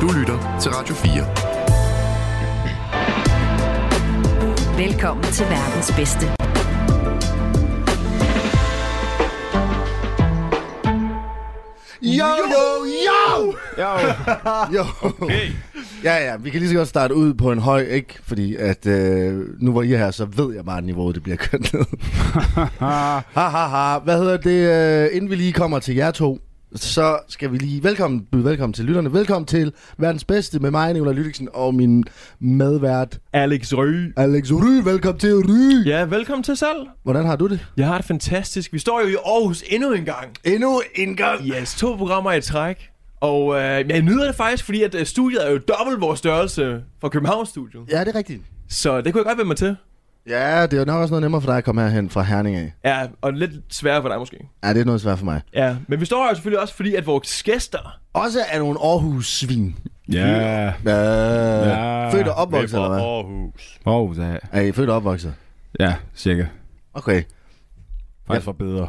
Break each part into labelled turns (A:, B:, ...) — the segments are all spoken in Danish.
A: Du lytter til Radio
B: Velkommen til verdens bedste.
C: Jo, jo, jo!
D: Jo.
C: jo.
D: Okay.
C: Ja, ja, vi kan lige så godt starte ud på en høj, ikke? Fordi at øh, nu hvor I er her, så ved jeg bare, at niveauet det bliver kørt ned. ha, ha, ha. Hvad hedder det? Øh, inden vi lige kommer til jer to, så skal vi lige velkommen, byde velkommen til lytterne. Velkommen til verdens bedste med mig, Nicolai Lydiksen, og min medvært
D: Alex Røg.
C: Alex Ry. Velkommen til Ry. Ja.
D: Ja, velkommen til selv.
C: Hvordan har du det?
D: Jeg har det fantastisk. Vi står jo i Aarhus endnu en gang.
C: Endnu en gang.
D: Yes, to programmer i træk. Og øh, jeg nyder det faktisk, fordi at øh, studiet er jo dobbelt vores størrelse fra Københavns studiet.
C: Ja, det er rigtigt.
D: Så det kunne jeg godt vende mig til.
C: Ja, det er nok også noget nemmere for dig at komme herhen fra Herning af.
D: Ja, og lidt sværere for dig måske.
C: Ja, det er noget svært for mig.
D: Ja, men vi står her jo selvfølgelig også, fordi at vores gæster...
C: Også er nogle Aarhus-svin.
E: Ja.
C: Øh, ja.
E: Ja.
C: Født og opvokset, eller hvad?
A: Aarhus.
E: Åh, oh, ja.
C: Er I født og opvokset?
E: ja, cirka.
C: Okay.
E: Faktisk var bedre.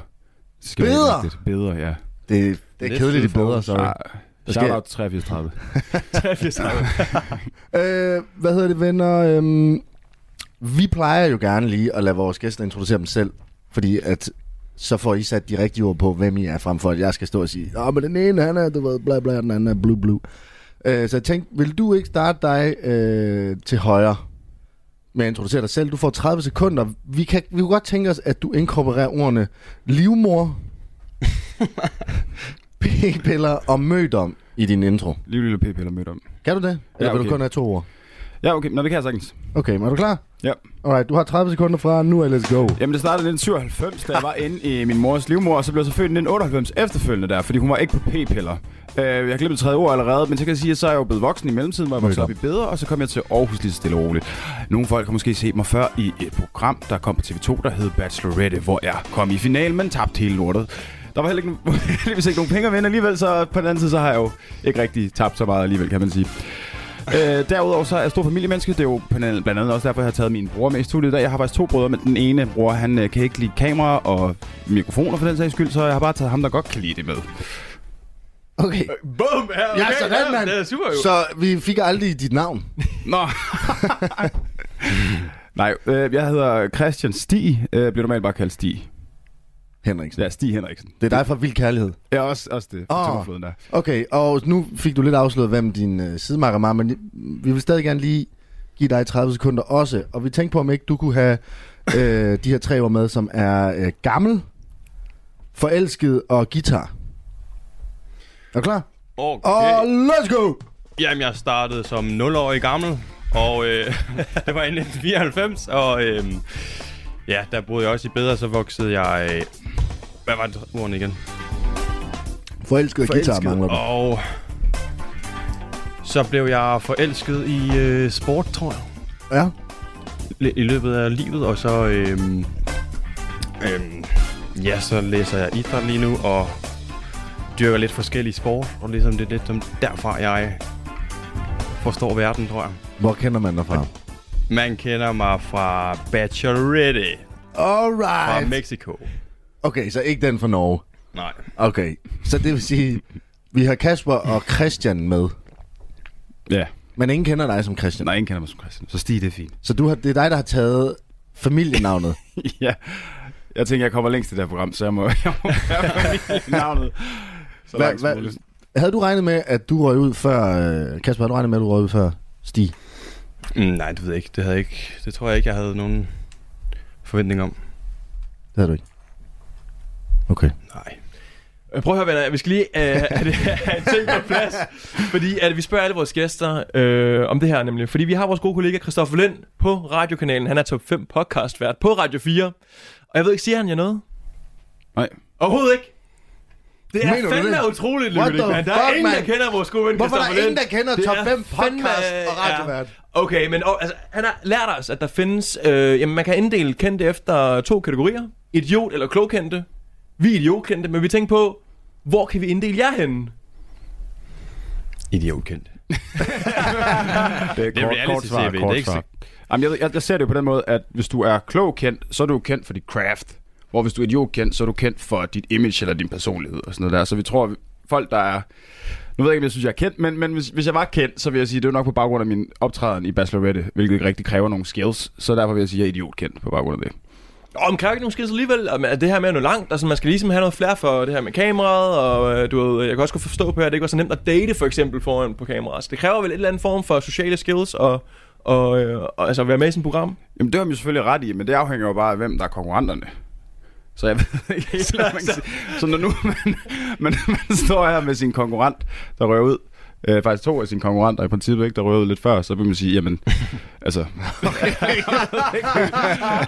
E: Det skal
C: Bedre?
E: være rigtigt. Bedre, ja.
C: Det, det er
A: Næsten
C: kedeligt, det
A: for
C: bedre,
A: Aarhus.
C: sorry.
E: Ah, Shout out 8330.
C: Øh, hvad hedder det, venner? Øhm, vi plejer jo gerne lige at lade vores gæster introducere dem selv, fordi at så får I sat de rigtige ord på, hvem I er, frem for at jeg skal stå og sige, åh, men den ene, han er, du ved, bla bla, den anden er blue blue. Øh, så jeg tænkte, vil du ikke starte dig øh, til højre med at introducere dig selv? Du får 30 sekunder. Vi, kan, vi kunne godt tænke os, at du inkorporerer ordene livmor, p-piller og mødom i din intro.
E: Lille lille p eller mødt om.
C: Kan du det? Eller ja, okay. vil
E: okay.
C: du kun have to ord?
E: Ja, okay. Nå, det kan jeg sagtens.
C: Okay, men er du klar?
E: Ja.
C: Alright, du har 30 sekunder fra nu, er let's go.
E: Jamen, det startede i 1997, da jeg var inde i min mors livmor, og så blev jeg så født i 1998 efterfølgende der, fordi hun var ikke på p-piller. Øh, jeg har glemt tredje ord allerede, men så kan jeg sige, at så er jeg jo blevet voksen i mellemtiden, hvor jeg voksede op i Beder, og så kom jeg til Aarhus lige så stille og roligt. Nogle folk har måske set mig før i et program, der kom på TV2, der hed Bachelorette, hvor jeg kom i finalen, men tabte hele lortet. Der var heller ikke, nogen- heldigvis ikke nogen penge at vinde alligevel, så på den anden side, så har jeg jo ikke rigtig tabt så meget alligevel, kan man sige. Øh, derudover så er jeg stor familiemenneske. Det er jo blandt andet- blandt andet også derfor, jeg har taget min bror med i studiet i dag. Jeg har faktisk to brødre, men den ene bror, han øh, kan ikke lide kamera og mikrofoner for den sags skyld, så jeg har bare taget ham, der godt kan lide det med.
C: Okay.
D: Bum! Ja, okay,
C: Ja, Øh, sådan, mand.
D: Det er super jo. Så...
C: Så vi fik aldrig dit navn.
E: Nå. Nej, øh, jeg hedder Christian Stig. Øh, bliver normalt bare kaldt Stig.
C: Henriksen.
E: Ja, Stig Henriksen.
C: Det er dig fra Vild Kærlighed.
E: Ja, også, også det.
C: Åh.
E: Oh. Der.
C: Okay, og nu fik du lidt afsløret, hvem din øh, sidemarker var, men vi vil stadig gerne lige give dig 30 sekunder også. Og vi tænkte på, om ikke du kunne have øh, de her tre ord med, som er øh, gammel, forelsket og guitar. Er du klar?
F: Okay.
C: Og let's go!
F: Jamen, jeg startede som 0-årig gammel, og øh, det var i 1994, og øh, ja, der boede jeg også i bedre, så voksede jeg... Øh, hvad var det ordene igen?
C: Forelsket og guitar mangler du.
F: Og så blev jeg forelsket i øh, sport, tror jeg,
C: Ja.
F: L- i løbet af livet, og så... Øh, øh, ja, så læser jeg idræt lige nu, og dyrker lidt forskellige sport, og ligesom det er lidt som derfra, jeg forstår verden, tror jeg.
C: Hvor kender man dig fra?
F: Man kender mig fra Bachelorette fra
C: Alright!
F: Mexico.
C: Okay, så ikke den fra Norge.
F: Nej.
C: Okay, så det vil sige, vi har Kasper og Christian med,
E: Ja.
C: men ingen kender dig som Christian.
E: Nej, ingen kender mig som Christian. Så Stig, det er fint.
C: Så du har, det er dig, der har taget familienavnet.
E: ja. Jeg tænker, jeg kommer længst i det her program, så jeg må, jeg må være familienavnet. Så
C: Hva,
E: langt som
C: hva,
E: muligt.
C: havde du regnet med, at du røg ud før... øh, Kasper, havde du regnet med, at du røg ud før Stig?
F: Mm, nej, det ved jeg ikke. Det, havde jeg ikke. det tror jeg ikke, jeg havde nogen forventning om.
C: Det havde du ikke. Okay.
F: Nej.
D: Prøv at høre, venner. Vi skal lige øh, have, det- have en ting på plads. Fordi at vi spørger alle vores gæster øh, om det her nemlig. Fordi vi har vores gode kollega Christoffer Lind på radiokanalen. Han er top 5 podcast vært på Radio 4. Og jeg ved ikke, siger han jer noget?
E: Nej.
D: Overhovedet ikke. Det er
C: Mener du
D: fandme
C: det?
D: utroligt,
C: What
D: Lykke.
C: the
D: Der er
C: fuck,
D: ingen, der
C: mand?
D: kender vores gode ven
C: Hvorfor er der
D: Christoffer
C: ingen,
D: Lind?
C: der kender
D: Det
C: top
D: er
C: 5
D: fandme-
C: podcast og radiovært?
D: Ja. Okay, men og, altså, han har lært os, at der findes... Øh, jamen, man kan inddele kendte efter to kategorier. Idiot eller klogkendte. Vi er idiotkendte, men vi tænker på, hvor kan vi inddele jer henne?
F: Idiotkendt.
E: Det er,
F: kort- kort svar, kort svar.
E: Jamen, jeg, ved- jeg, jeg ser det jo på den måde, at hvis du er klog kendt, så er du kendt for dit craft. Hvor hvis du er idiot kendt, så er du kendt for dit image eller din personlighed og sådan noget der. Så vi tror, at folk, der er Nu ved jeg ikke, om jeg synes, jeg er kendt, men, men hvis, hvis jeg var kendt, så vil jeg sige, det var nok på baggrund af min optræden i Bachelorette, hvilket rigtig kræver nogle skills. Så derfor vil jeg sige, at jeg er idiot kendt på baggrund af det.
D: Og man kan jo ikke nogen skidt alligevel, og man- det her med at nå langt, altså man skal ligesom have noget flere for det her med kameraet, og øh, du ved, jeg kan også godt forstå på jer, at det ikke var så nemt at date for eksempel foran på kameraet. Så det kræver vel et eller andet form for sociale skills og, og, øh, og altså at være med i sådan et program.
E: Jamen, det har man jo selvfølgelig ret i, men det afhænger jo bare af, hvem der er konkurrenterne. Så jeg ved ikke helt, hvad man kan sige. Så når nu man, man, man står her med sin konkurrent, der rører ud, øh, faktisk to af sine konkurrenter i princippet, ikke, der rører ud lidt før, så vil man sige, jamen, altså...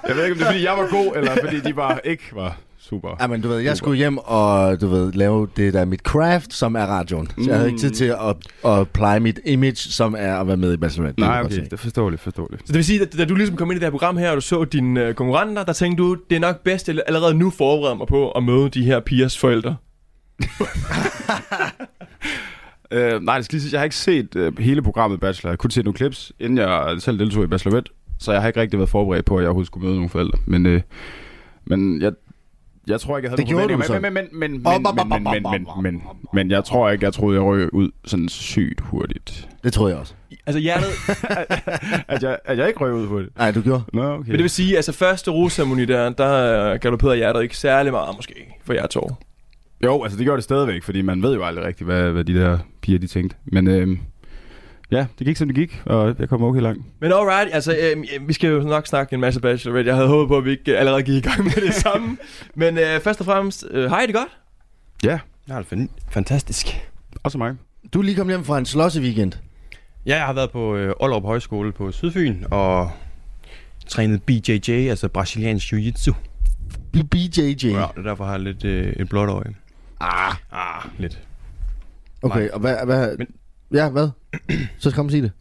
E: jeg ved ikke, om det er, fordi jeg var god, eller fordi de bare ikke var super.
C: Ja, men du ved, jeg skulle hjem og du ved, lave det der mit craft, som er radioen. Så jeg havde ikke
E: Mm.
C: tid til at, at pleje mit image, som er at være med i Bachelorette.
E: Nej,
C: kan
E: okay,
C: jeg
E: det
C: godt
E: er forståeligt, forståeligt.
D: Så det vil sige, at da du ligesom kom ind i det her program her, og du så dine øh, konkurrenter, der tænkte du, det er nok bedst, at jeg allerede nu forbereder mig på at møde de her pigers forældre.
E: Øh, nej, det skal lige sige, jeg har ikke set øh, hele programmet Bachelor. Jeg kunne se nogle clips, inden jeg selv deltog i Bachelorette. Så jeg har ikke rigtig været forberedt på, at jeg overhovedet skulle møde nogle forældre. Men, øh, men jeg, jeg tror ikke, jeg havde
C: Det
E: nogle
C: gjorde
E: forventninger.
C: du
E: men, men, men, men,
C: Op, op,
E: men,
C: op,
E: men,
C: op,
E: men,
C: op,
E: men,
C: op,
E: men, men, men, jeg tror ikke, jeg troede, jeg røg ud sådan sygt hurtigt.
C: se. Det troede jeg også.
D: Altså hjertet,
E: At jeg, at jeg ikke røg ud hurtigt?
C: Nej, du gjorde.
E: Nå, okay.
D: men det vil sige, altså første rosemoni der, der øh, galopperede hjertet ikke særlig meget måske for jer to.
E: Jo, altså det gjorde det stadigvæk, fordi man ved jo aldrig rigtigt, hvad, hvad de der piger, de tænkte. Men øh, ja, det gik, som det gik, og jeg kom okay langt.
D: Men alright, altså øhm, øh, vi skal jo nok snakke en masse bachelorette. Jeg havde håbet på, at vi ikke øh, allerede gik i gang med det samme. Men øh, først og fremmest, øh, har I det godt?
E: Ja,
F: Jeg har det fan- fantastisk.
E: også mig.
C: Du er lige kommet hjem fra en slås i weekend.
F: Ja, jeg har været på øh, Aalrup Højskole på Sydfyn og trænet BJJ, altså brasiliansk jiu-jitsu.
C: B- BJJ.
F: Ja, og derfor har jeg lidt øh, et blåt øje.
C: Ah,
F: Ah, lidt.
C: okay, og hvad... hvad
F: Men-
C: Ja, hvad? Så kom og sig det.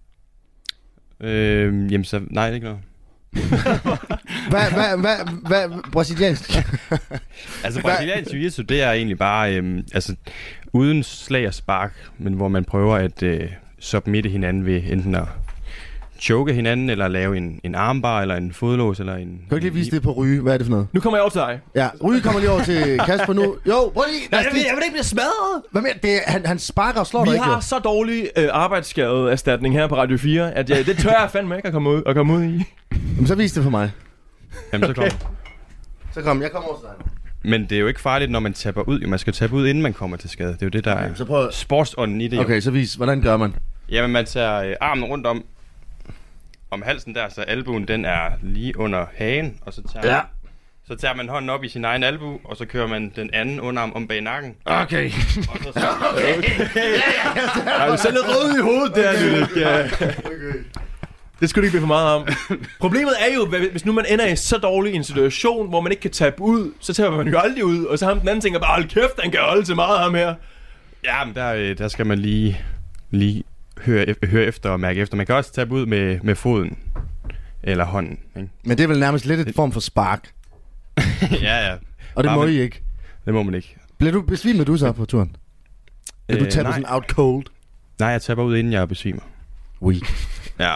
F: Øh, jamen, så, nej, det er ikke noget.
C: Hvad, hvad, hvad, hvad, brasiliansk?
F: Altså, brasiliansk jiu-jitsu, det er egentlig bare, øhm, altså, uden slag og spark, men hvor man prøver at øh, submitte hinanden ved enten at choke hinanden, eller lave en, en armbar, eller en fodlås, eller en...
C: Kan du ikke lige vise det på Ryge? Hvad er det for noget?
D: Nu kommer jeg op til dig.
C: Ja, Ryge kommer lige over til Kasper nu. Jo, prøv lige. lad os lige-
D: vil ikke blive smadret!
C: Hvad mener det, er- han, han sparker og slår dig
D: Vi
C: ikke?
D: har
C: jo.
D: så dårlig øh, arbejdsskadeerstatning her på Radio 4, at jeg, det tør jeg fandme ikke at komme ud, at komme ud i.
C: Jamen, så vis det for mig.
F: Jamen, så kommer.
C: Så kom, jeg kommer over til dig.
F: Men det er jo ikke farligt, når man tapper ud. Jo, man skal tappe ud, inden man kommer til skade. Det er jo det, der
C: Så
F: er
C: prøv at-
F: sportsånden i det. jo.
C: Okay, så vis. Hvordan gør man?
F: Jamen, man tager øh, armen rundt om, om halsen der, så albuen den er lige under hagen, og så tager,
C: Ja.
F: så tager man hånden op i sin egen albu, og så kører man den anden underarm om bag nakken.
C: Okay.
F: Og så, så,
D: Jeg er selv lidt rød i hovedet der, okay. Ja. Det skulle det ikke blive for meget om. Problemet er jo, hvad- hvis nu man ender i så dårlig en situation, hvor man ikke kan tabe ud, så taber man jo aldrig ud, og så ham den anden tænker bare, hold kæft, han kan holde til meget ham her.
F: ja, men der, øh, der skal man lige, lige høre, ef- høre efter og mærke efter. Man kan også tappe ud med, med foden eller hånden. Ikke?
C: Men det er vel nærmest lidt et form for spark.
F: ja, ja.
C: Og det
F: Ja,
C: må
F: men-
C: I ikke.
F: Det må man ikke.
C: Bliver du besvimet du så på turen? Eller du
F: Øh,
C: taber
F: nej.
C: sådan out cold?
F: Nej, jeg tapper ud, inden jeg besvimer.
C: Weak.
F: Ja.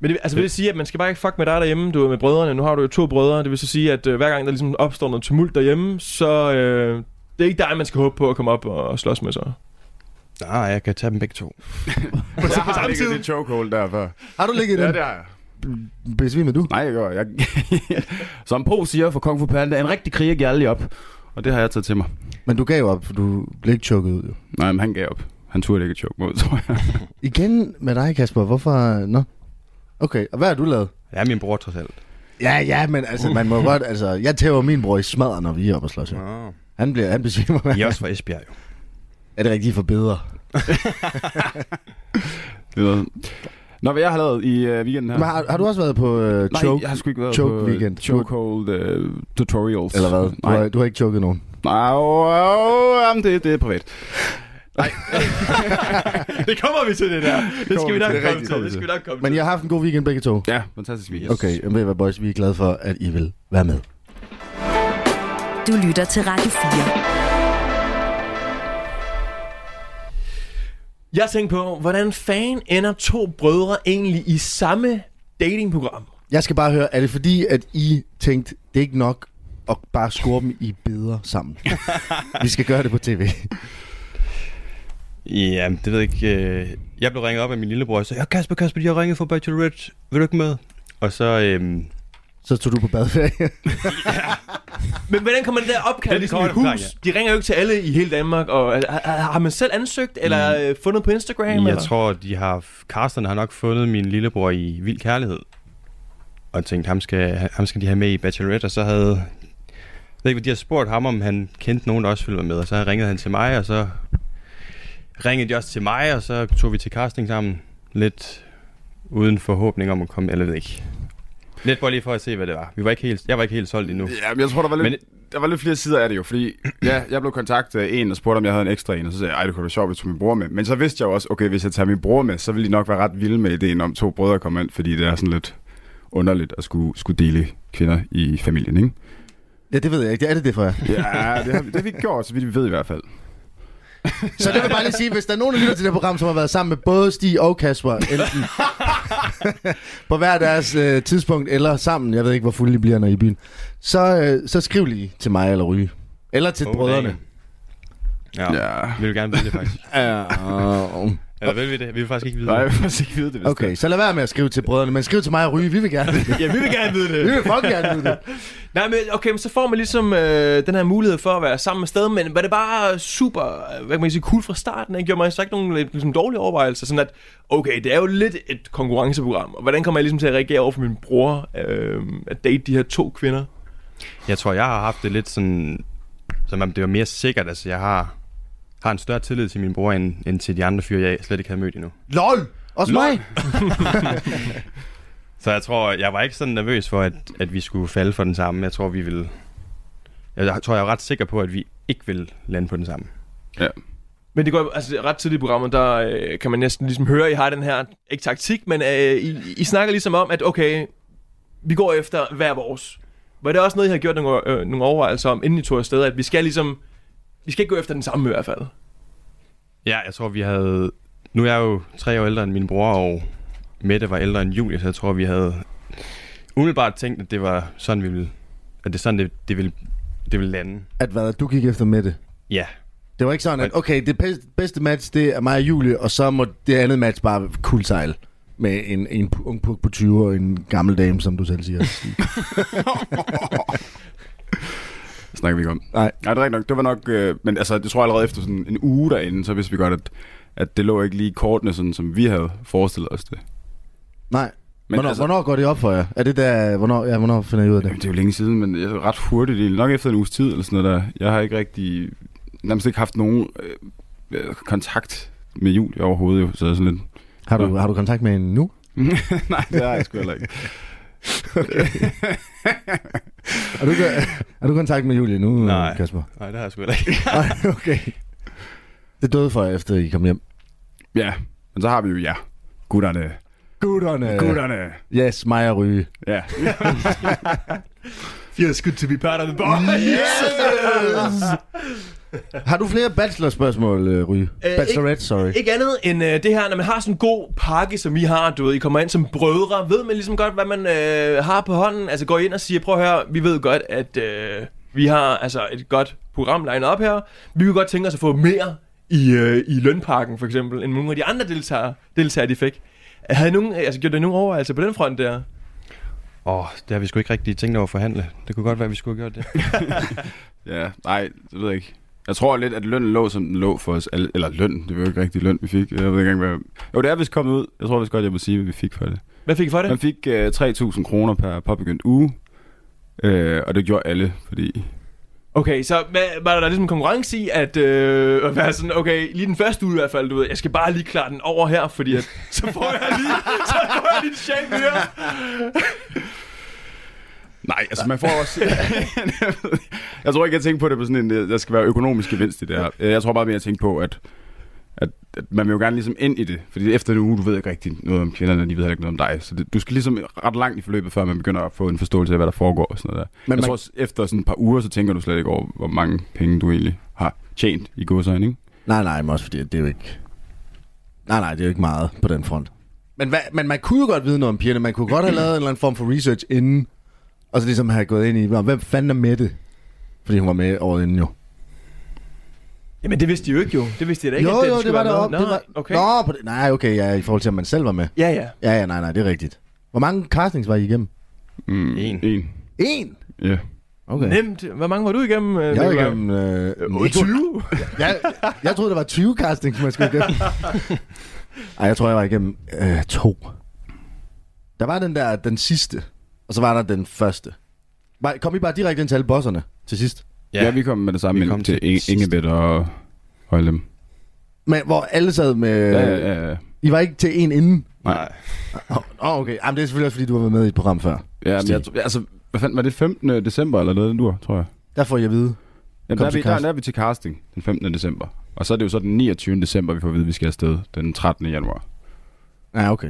D: Men det, altså, vil det sige, at man skal bare ikke fuck med dig derhjemme, du er med brødrene. Nu har du jo to brødre. Det vil så sige, at øh, hver gang der ligesom opstår noget tumult derhjemme, så øh, det er ikke dig, man skal håbe på at komme op og, og slås med sig.
F: Nej, jeg kan tage dem begge to.
E: Jeg har
D: samme
E: ligget
D: tid.
E: i det chokehold der før.
C: Har du ligget i den?
E: det har jeg.
C: Besvimet du?
E: Nej, jeg gør. Jeg... Som Po siger for Kung Fu Panda, en rigtig kriger giver aldrig op. Og det har jeg taget til mig.
C: Men du gav op, for du blev ikke chokket ud. Jo.
E: Nej, men han gav op. Han turde ikke choke mod, tror jeg.
C: Igen med dig, Kasper. Hvorfor? Nå. Okay, og hvad har du lavet?
F: Jeg er min bror trods alt.
C: Ja, ja, men altså, man må godt, altså, jeg tæver min bror i smadret, når vi er oppe og slås. jo.
F: Nå.
C: Han bliver, han besvimer mig.
F: I er også fra Esbjerg, jo.
C: Er det rigtigt for bedre?
E: Det er noget. Nå, hvad jeg har lavet i øh, weekenden her?
C: Men har, har, du også været på øh,
E: Nej,
C: choke?
E: jeg har sgu ikke været
C: choke
E: på
C: weekend.
E: chokehold øh, tutorials.
C: Eller hvad? Du har,
E: Nej,
C: du har ikke choket nogen.
E: Nej oh, jamen, det, det er privat.
D: Det kommer vi til, det der. Det skal vi
E: vi
D: nok
E: til, det
D: komme
E: rigtigt.
D: til. Det skal vi nok komme
C: Men
D: til.
C: jeg har haft en god weekend begge to.
E: Ja, fantastisk weekend.
C: Okay, men ved I hvad, boys? Vi er glade for, at I vil være med.
A: Du lytter til Radio 4.
D: Jeg tænkte på, hvordan fanden ender to brødre egentlig i samme datingprogram?
C: Jeg skal bare høre, er det fordi, at I tænkte, det er ikke nok at bare score dem i billeder sammen? Vi skal gøre det på tv.
F: Ja, det ved jeg ikke. øh, Jeg blev ringet op af min lillebror, så jeg Kasper, Kasper, de har ringet for Bachelorette. Vil du ikke med? Og så, øhm,
C: Så tog du på badeferie.
D: Men hvordan kommer det der opkald
F: Den
D: ligesom i
F: kommer
D: hus?
F: derfra,
D: De ringer jo ikke til alle i hele Danmark, og øh, har, har man selv ansøgt, eller øh, fundet på Instagram?
F: jeg
D: eller?
F: tror, de har... Carsten har nok fundet min lillebror i Vild Kærlighed. Og tænkt, ham skal, ham skal de have med i Bachelorette, og så havde... Jeg ved ikke, hvad de har spurgt ham, om han kendte nogen, der også ville være med. Og så ringede han til mig, og så ringede de også til mig, og så tog vi til casting sammen. Lidt uden forhåbning om at komme, eller jeg ved ikke. Lidt bare lige for at se, hvad det var. Vi var ikke helt, jeg var ikke helt solgt endnu.
E: Ja, men jeg tror, der var, lidt, der var lidt flere sider af det jo, fordi ja, jeg blev kontaktet af en, og spurgte, om jeg havde en ekstra en, og så sagde jeg, ej, det kunne være sjovt, hvis jeg tog min bror med. Men så vidste jeg jo også, okay, hvis jeg tager min bror med, så ville de nok være ret vilde med ideen om to brødre kommer ind, fordi det er sådan lidt underligt at skulle, skulle dele kvinder i familien, ikke?
C: ja, det ved jeg ikke. Det er det, det for jer.
E: Ja, det har, vi- det har vi ikke gjort, så vidt vi ved i hvert fald.
C: Så det vil jeg bare lige sige, hvis der er nogen, der lytter til det her program, som har været sammen med både Stig og Kasper, enten på hver deres øh, tidspunkt, eller sammen, jeg ved ikke, hvor fulde de bliver, når I er i byen, så, øh, så skriv lige til mig eller Ryge. Eller til
F: Åh,
C: brødrene.
F: dang. Ja. ja.
E: Ja.
F: Vi vil gerne vide det, faktisk.
C: Uh,
F: Eller vil vi det? Vi vil faktisk ikke vide
E: Nej,
F: det.
E: jeg får ikke vide det, hvis
C: okay, så lad være med at skrive til brødrene, men skriv til mig og Ryge, vi vil gerne vide det.
D: Ja, vi vil gerne vide
C: Vi
D: det.
C: vil fucking gerne vide det.
D: Nej, men okay, men så får man ligesom øh, den her mulighed for at være sammen med sted, men var det bare super, øh, hvad kan man sige, cool fra starten? Ikke? Gjorde man så ikke nogen lidt, ligesom, dårlige overvejelser? Sådan at, okay, det er jo lidt et konkurrenceprogram, og hvordan kommer jeg ligesom til at reagere over for min bror, øh, at date de her to kvinder?
F: Jeg tror, jeg har haft det lidt sådan, som om det var mere sikkert. Altså, jeg har, har en større tillid til min bror, end, end til de andre fyre, jeg slet ikke havde mødt endnu.
C: LOL! Også
F: Lol.
C: mig!
F: Så jeg tror, jeg var ikke sådan nervøs for, at, at vi skulle falde for den samme. Jeg tror, vi ville... Jeg tror, jeg er ret sikker på, at vi ikke vil lande på den samme.
E: Ja.
D: Men det går altså ret tidligt i programmet, der øh, kan man næsten ligesom høre, at I har den her, ikke taktik, men øh, I, I snakker ligesom om, at okay, vi går efter hver vores. Var det også noget, I har gjort nogle, øh, nogle overvejelser om, inden I tog afsted, at vi skal ligesom, vi skal ikke gå efter den samme i hvert fald?
F: Ja, jeg tror, vi havde... Nu er jeg jo tre år ældre end min bror, og Mette var ældre end Julie, så jeg tror, vi havde umiddelbart tænkt, at det var sådan, vi ville... At det er sådan, det, det, ville, det ville lande.
C: At hvad, du gik efter med det.
F: Ja,
C: Det var ikke sådan, at okay, det bedste- bedste match, det er mig og Julie, og så må det andet match bare kuldsejle med en, en ung puk på 20 og en gammel dame, som du selv siger.
E: Det snakker vi ikke om.
C: Nej.
E: Nej, det er rigtigt nok. Det var nok... Øh, men altså, det tror jeg allerede efter sådan en uge derinde, så vidste vi godt, at, at det lå ikke lige i kortene, sådan som vi havde forestillet os det.
C: Nej. Men
E: Men
C: hvornår, altså...
E: altså-
C: hvornår går det op for jer? Er det der, hvornår, ja, hvornår finder I ud af
E: Jamen,
C: det?
E: det er jo længe siden, men jeg, ret hurtigt. Det er nok efter en uges tid eller sådan noget der. Jeg har ikke rigtig... Nærmest ikke haft nogen øh, øh, kontakt med Julie overhovedet, jo. Så jeg er sådan lidt...
C: Har du, har du kontakt med hende nu?
E: Nej, det har jeg sgu heller ikke.
C: Er du, er du i kontakt med Julie nu,
F: Nej.
C: Kasper?
F: nej, det har jeg sgu heller ikke.
C: Nej, okay. Det døde for jer, efter I kom hjem.
E: Ja, men så har vi jo ja. Gutterne.
C: Gutterne.
E: Gutterne.
C: Yes, mig og Ryge.
E: Ja.
D: Feels good to be part of the boys!
C: Har du flere bachelor-spørgsmål, øh, Ryge?
D: ikke-
C: Bachelorette, sorry.
D: Ikke andet end øh, det her, når man har sådan en god pakke, som I har, du ved, I kommer ind som brødre, ved man ligesom godt, hvad man øh, har på hånden? Altså går I ind og siger, prøv at høre, vi ved godt, at øh, vi har altså et godt program lined op her. Vi kunne godt tænke os at få mere i, øh, i lønpakken, for eksempel, end nogle af de andre deltagere, deltagere de fik. Havde I nogen, altså, gjorde I nogen overvejelser på den front der?
F: Åh, oh, det har vi sgu ikke rigtig tænkt over at forhandle. Det kunne godt være, at vi skulle have gjort det.
E: Ja, nej, det ved jeg ikke. Jeg tror lidt, at lønnen lå, som den lå for os alle. Eller løn, det var jo ikke rigtig løn, vi fik. Jeg ved ikke engang, hvad... Jo, det er vist kommet ud. Jeg tror vist godt, jeg må sige, hvad vi fik for det.
D: Hvad fik I for det?
E: Man fik øh, 3.000 kroner per påbegyndt uge. Øh, og det gjorde alle, fordi...
D: Okay, så hvad- var der ligesom en konkurrence i, at, øh, at være sådan, okay, lige den første uge i hvert fald, du ved, jeg skal bare lige klare den over her, fordi at, så får jeg lige, så får jeg lige en sjæl mere.
E: Nej, altså man får også... jeg tror ikke, jeg tænker på det på sådan en... øh, Der skal være økonomisk gevinst i det her. Øh, Jeg tror bare mere, jeg tænker på, at, at, at man vil jo gerne ligesom ind i det. Fordi efter en uge, du ved ikke rigtig noget om kvinderne, de ved heller ikke noget om dig. Så det, du skal ligesom ret langt i forløbet, før man begynder at få en forståelse af, hvad der foregår og sådan noget der.
C: Men man-
E: Men jeg man... tror også, efter sådan et par uger, så tænker du slet ikke over, hvor mange penge du egentlig har tjent i godsøjne, ikke?
C: Nej, nej, men også fordi, at det er jo ikke... Nej, nej, det er jo ikke meget på den front. Men, hvad, men man kunne jo godt vide noget om pigerne. Man kunne godt have lavet en eller anden form for research inden, og så ligesom have gået ind i, "Nå, hvem fanden er Mette? Fordi hun var med året inden jo.
D: Jamen det vidste de jo ikke jo. Det vidste de da ikke.
C: jo,
D: at
C: jo, det
D: skulle
C: var
D: være
C: deroppe.
D: noget.
C: Det var,
D: Nå, okay.
C: Nå, på det, nej, okay, ja, i forhold til, at man selv var med.
D: Ja, ja.
C: Ja, ja, nej, nej, det er rigtigt. Hvor mange castings var I igennem?
E: Mm,
F: En.
E: En.
C: En?
E: Ja.
C: Okay.
D: Nemt. Hvor mange var du igennem? øh,
C: Jeg var
D: Nikolaj?
C: igennem... Øh, jeg, troede,
D: 20?
C: jeg, jeg troede, der var 20 castings, man skulle igennem. Ej, jeg tror, jeg var igennem øh, to. Der var den der, den sidste, og så var der den første. Var- Kom I bare direkte ind til alle bosserne til sidst?
E: ja. Ja, vi kom med det samme
F: Vi
E: ind
F: kom
E: til
F: til
E: Inge-
F: sidst.
E: Ingebet og Højlem.
C: Men hvor alle sad med...
E: Ja, ja, ja.
C: I var ikke til en inden?
F: Øh. Nej.
C: Åh, oh, okay. Jamen, det er selvfølgelig også, fordi du har været med i et program før.
E: ja men
C: Stig.
E: jeg, tror- altså, hvad fanden var det 15. december eller noget, den dur, tror jeg.
C: Der får jeg at vide.
E: Ja,
C: Kom
E: der, er
C: til
E: vi, der,
C: cast.
E: der er vi til casting den 15. december. Og så er det jo så den 29. december, vi får at vide, at vi skal afsted den 13. januar.
C: Ja, okay.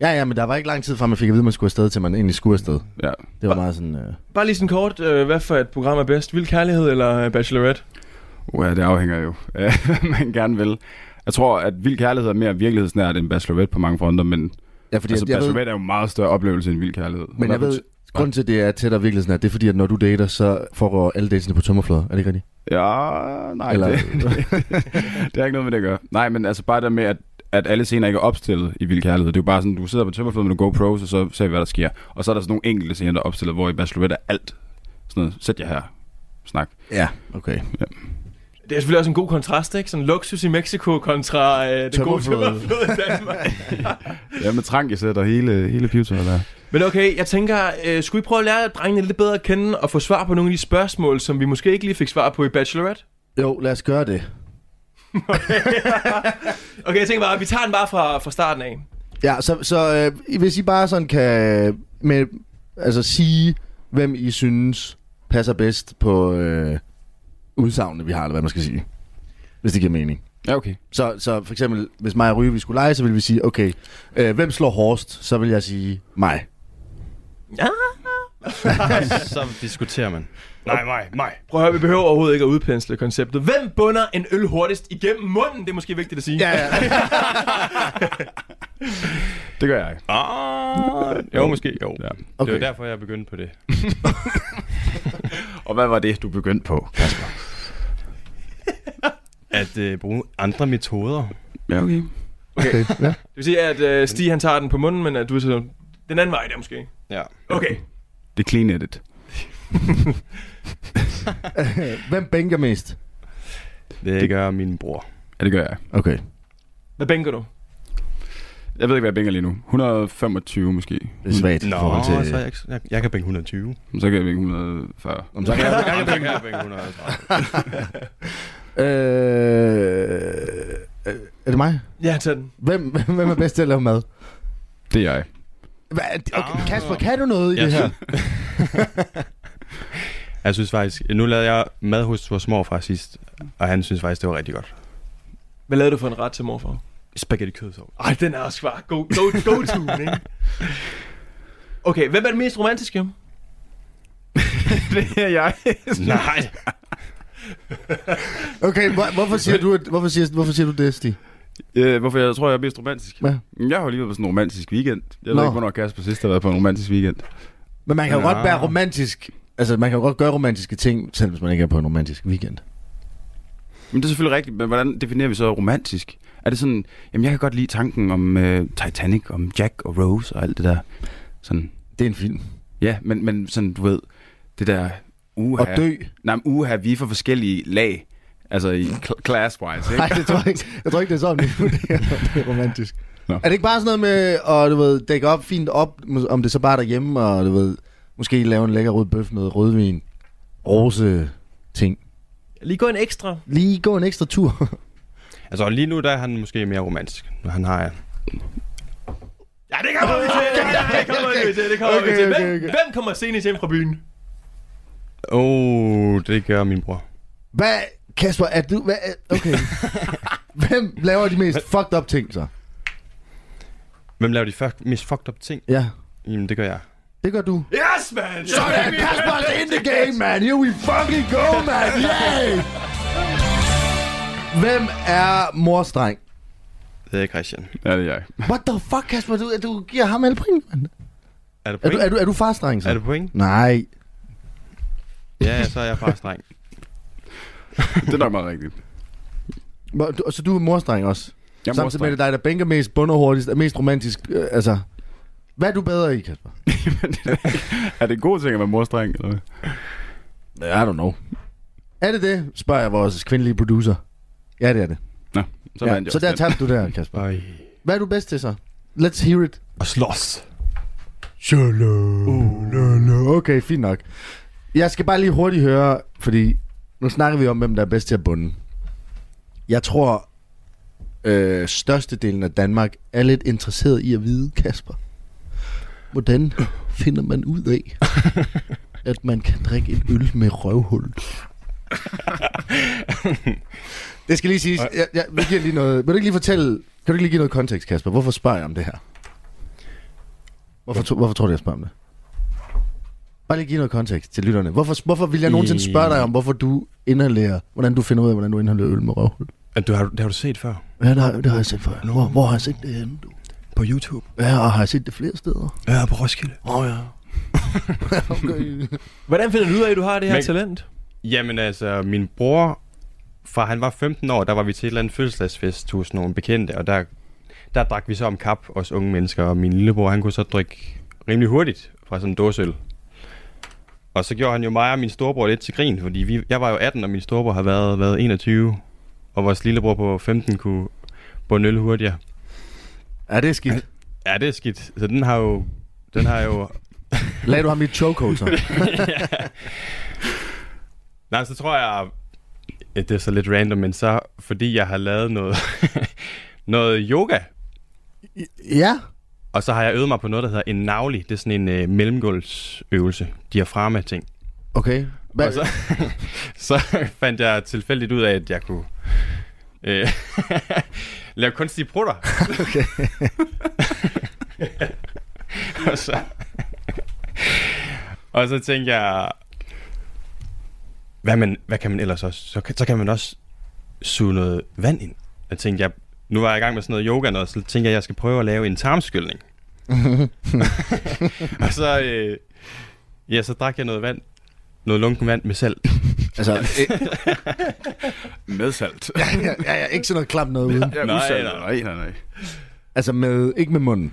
C: Ja, ja, men der var ikke lang tid fra, man fik at vide, at man skulle afsted, til man egentlig skulle afsted.
E: Ja.
C: Det var meget sådan... Øh...
D: Bare lige sådan kort, øh, hvad for et program er bedst? Vild Kærlighed eller øh, Bachelorette?
E: Uh, ja, det afhænger jo af, hvad man gerne vil. Jeg tror, at vild kærlighed er mere virkelighedsnært end bachelorette på mange fronter, men
C: Ja, fordi
E: altså,
C: jeg, jeg, ved,
E: bachelorette er jo en meget større oplevelse end vild kærlighed.
C: men jeg ved, grunden til, at det er tættere virkelig sådan, at det er fordi, at når du dater, så foregår alle datesene på tømmerflader. Er det ikke rigtigt?
E: Ja, nej,
C: Eller-
E: Eller... det, det, er ikke noget med det at gøre. Nej, men altså bare det med, at, at alle scener ikke er opstillet i vild kærlighed. Det er jo bare sådan, du sidder på tømmerflod med nogle GoPros, og så ser vi, hvad der sker. Og så er der sådan nogle enkelte scener, der er opstillet, hvor i Bachelorette er alt. Sådan noget, sæt jer her, snak.
C: Ja. Okay.
D: Det er selvfølgelig også en god kontrast, ikke? Sådan luksus i Mexico kontra øh, det gode
C: Tømmerflåde.
D: tømmerflåde i Danmark.
E: Ja, med trang, jeg sætter hele, hele pivetøjet der.
D: Men okay, jeg tænker, øh, skulle I prøve at lære drengene lidt bedre at kende og få svar på nogle af de spørgsmål, som vi måske ikke lige fik svar på i Bachelorette?
C: Jo, lad os gøre det.
D: Okay, jeg tænker bare, vi tager den bare fra, fra starten af.
C: Ja, så, så øh, hvis I bare sådan kan med, altså, sige, hvem I synes passer bedst på øh, udsagnene, vi har, eller hvad man skal sige. Hvis det giver mening.
E: Ja, okay.
C: Så, så for eksempel, hvis mig og Ryge vi skulle lege, så ville vi sige, okay, øh, hvem slår hårdest? Så vil jeg sige mig.
F: Så diskuterer man. Nej, mig, mig.
D: Prøv at høre, vi behøver overhovedet ikke at udpensle konceptet. Hvem bunder en øl hurtigst igennem munden? Det er måske vigtigt at sige.
C: ja.
E: Det gør jeg.
F: Ah, jo, måske. Jo.
E: Ja.
F: Okay.
C: Okay.
F: Det var derfor, jeg begyndte på det.
E: Og hvad var det, du begyndte på, Kasper?
F: At øh, bruge andre metoder.
E: Ja, okay.
C: Okay, ja.
D: Det vil sige, at øh, Stig han tager den på munden, men at du er så den anden vej der måske.
F: Ja.
D: Okay.
E: Det er clean edit.
C: Hvem bænker mest?
F: Det gør min bror.
E: Ja, det gør jeg.
C: Okay.
D: Hvad bænker du?
E: Jeg ved ikke, hvad jeg bænker lige nu. 125 måske.
C: Det er svagt. i
F: Nå,
C: forhold
F: til... så er jeg, ikke- jeg, jeg kan bænke 120.
E: Så kan jeg bænke 140.
C: Om så kan jeg...
F: Jeg kan bænke 130.
C: øh, øh, er det mig?
D: Ja, tag den.
C: Hvem, hvem er bedst til at lave mad?
E: Det er jeg.
C: Hva, er det- okay,
F: Ah.
C: Kasper, kan du noget i
F: Jeg
C: det her?
F: Jeg synes faktisk, nu lavede jeg mad hos vores morfar sidst, og han synes faktisk, det var rigtig godt.
D: Hvad lavede du for en ret til morfar?
F: Spaghetti kødsov.
D: Ej, den er også bare go, go, go to, ikke? Okay, hvem er den mest romantiske?
E: det er jeg.
F: Nej,
C: Okay, hvor, hvorfor, siger du, at- hvorfor, siger, hvorfor siger du det, Stig?
E: Øh, hvorfor jeg tror, jeg er mest romantisk?
C: Ja.
E: Jeg har jo lige været på sådan en romantisk weekend. Jeg
C: Nå.
E: ved ikke, hvornår Kasper sidst har været på en romantisk weekend.
C: Men man kan jo
F: Nå.
C: godt være romantisk. Altså, man kan jo godt gøre romantiske ting, selv hvis man ikke er på en romantisk weekend.
E: Men det er selvfølgelig rigtigt, men hvordan definerer vi så romantisk? Er det sådan, jamen jeg kan godt lide tanken om øh, Titanic, om Jack og Rose og alt det der. Sådan,
C: Det er en film.
E: ja, men, men sådan, du ved, det der uha.
C: Og dø.
E: Nej, men uha, vi er for forskellige lag. Altså i cl- class-wise,
C: Nej,
E: ikke?
C: det tror jeg ikke. Jeg tror ikke, det er sådan, det er, det er romantisk.
E: Nå.
C: Nå. Er det ikke bare sådan noget med at du ved, dække op fint op, mås- om det så bare er derhjemme, og du ved, måske lave en lækker rød bøf med rødvin, rose ting.
D: Lige gå en ekstra.
C: Lige gå en ekstra tur.
F: altså lige nu der er han måske mere romantisk. når Han har
D: Ja, det kommer vi til. Ja, det kommer vi til. Det kommer vi
C: Okay,
D: til.
C: okay,
D: Hvem,
C: okay.
D: hvem kommer senest hjem fra byen?
F: Åh, oh, det gør min bror.
C: Hvad, Kasper, er du... Hvad, er- okay. Hvem laver de mest fucked up ting så?
F: Hvem laver de fuck, mest fucked up ting?
C: Ja,
F: Jamen, det gør jeg.
C: det gør du.
D: Yes, man!
C: Sådan, Kasper er in the game, man. Here we fucking go, man. Yay! Hvem er morstreng?
F: Det er Christian.
E: Ja, det er jeg.
C: What the fuck, Kasper? Du, du giver ham alle point, mand.
F: Er det
C: Er du,
F: point?
C: er du, er du farstreng, så?
F: Er det point?
C: Nej.
F: Ja, så er jeg far streng.
E: Det er nok meget rigtigt.
C: Hvor- du- Så du er morstreng også?
E: Jeg er
C: Samtidig med
E: morstreng.
C: det er dig, der bænker mest, bunder hurtigst, er mest romantisk. Øh, altså, hvad er du bedre i, Kasper?
E: er det en god ting at være morstreng? Eller? hvad?
C: I don't know. Er det det, spørger jeg vores kvindelige producer. Ja, det er det.
E: Nå, så,
C: ja,
E: vandt jeg
C: så
E: også
C: der
E: den.
C: tabte du der, Kasper.
F: Ej.
C: Hvad er du bedst til så? Let's hear it.
F: Og slås. Uh.
C: Nå, Okay, fint nok. Jeg skal bare lige hurtigt høre, fordi nu snakker vi om, hvem der er bedst til at bunde. Jeg tror, øh, størstedelen af Danmark er lidt interesseret i at vide, Kasper. Hvordan finder man ud af, at man kan drikke en øl med røvhul? det skal lige siges. Jeg, jeg, vi giver lige noget. Vil du ikke lige fortælle, kan du ikke lige give noget kontekst, Kasper? Hvorfor spørger jeg om det her? Hvorfor, tro- hvorfor tror du, jeg spørger om det? Bare lige give noget kontekst til lytterne. Hvorfor, hvorfor vil jeg nogensinde spørge dig om, hvorfor du inhalerer, hvordan du finder ud af, hvordan du inhalerer øl med røvhul?
F: At Du har, det har du set før
C: Ja, nej, det har jeg set før. Hvor, hvor har jeg set det henne, du?
F: på YouTube.
C: Ja, og har jeg set det flere steder?
F: Ja, på Roskilde.
C: Åh, oh, ja. okay.
D: Hvordan finder du ud af, at du har det her
F: Men-
D: talent?
F: Jamen altså, min bror, fra han var 15 år, der var vi til et eller andet fødselsdagsfest hos nogle bekendte, og der, der drak vi så om kap, os unge mennesker, og min lillebror, han kunne så drikke rimelig hurtigt fra sådan en dåseøl. Og så gjorde han jo mig og min storebror lidt til grin, fordi vi, jeg var jo 18, og min storebror har været, været 21, og vores lillebror på 15 kunne bunde øl hurtigere.
C: Ja, det er skidt.
F: Ja, det er skidt. Så den har jo... Den har jo...
C: Lad du ham i et chokehold, så.
F: Nej, så tror jeg... ja, Det er så lidt random, men så fordi jeg har lavet noget, noget yoga,
C: Ja.
F: og så har jeg øvet mig på noget, der hedder en navli. Det er sådan en øh, mellemgulvsøvelse, diafragma-ting.
C: Okay. Hvad,
F: Og så, så fandt jeg tilfældigt ud af, at jeg kunne øh, lave kunstige prutter. Okay. og, så, og så tænkte jeg, hvad, man, hvad kan man ellers også? Så kan, så kan man også suge noget vand ind. Jeg tænkte, jeg, nu var jeg i gang med sådan noget yoga, noget, så tænkte jeg, at jeg skal prøve at lave en tarmskyldning. og så, øh, ja, så drak jeg noget vand, noget lunken vand med salt.
C: altså, øh,
E: Med salt.
C: ja, ja, ja, ikke sådan noget klamt noget uden.
E: Ja,
F: Nej,
E: usaltet.
F: nej.
E: nej, nej, nej.
C: Altså, med, ikke med munden.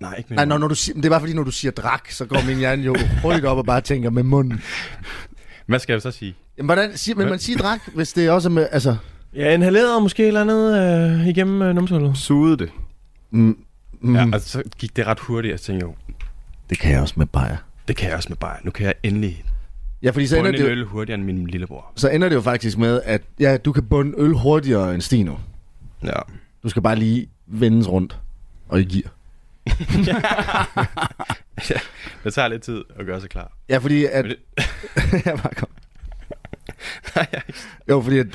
F: Nej, ikke med
C: Nej, når,
F: munden.
C: når du, siger- det er bare fordi, når du siger drak, så går min hjerne jo hurtigt op og bare tænker med munden.
F: Hvad skal jeg så sige?
C: Jamen, hvordan, siger, men man siger drak, hvis det også er med, altså...
D: Ja, inhaleret måske et eller andet øh, igennem øh, numsehullet.
E: Sugede det.
C: Mm, mm,
F: Mm.
C: ja,
F: Ja, og så gik det ret hurtigt, og jeg tænkte jo,
C: det kan jeg også med bajer.
F: det kan jeg også med bare. Nu kan jeg endelig
C: Ja, fordi så
F: bunde
C: ender,
F: en
C: det jo,
F: øl hurtigere end min lillebror.
C: så ender det jo faktisk med, at ja, du kan bunde øl hurtigere end Stino.
F: Ja.
C: Du skal bare lige vendes rundt og i gear.
F: Det tager lidt tid at gøre sig klar.
C: Ja, fordi at...
F: Men det-
C: ja, bare kom. jo, fordi at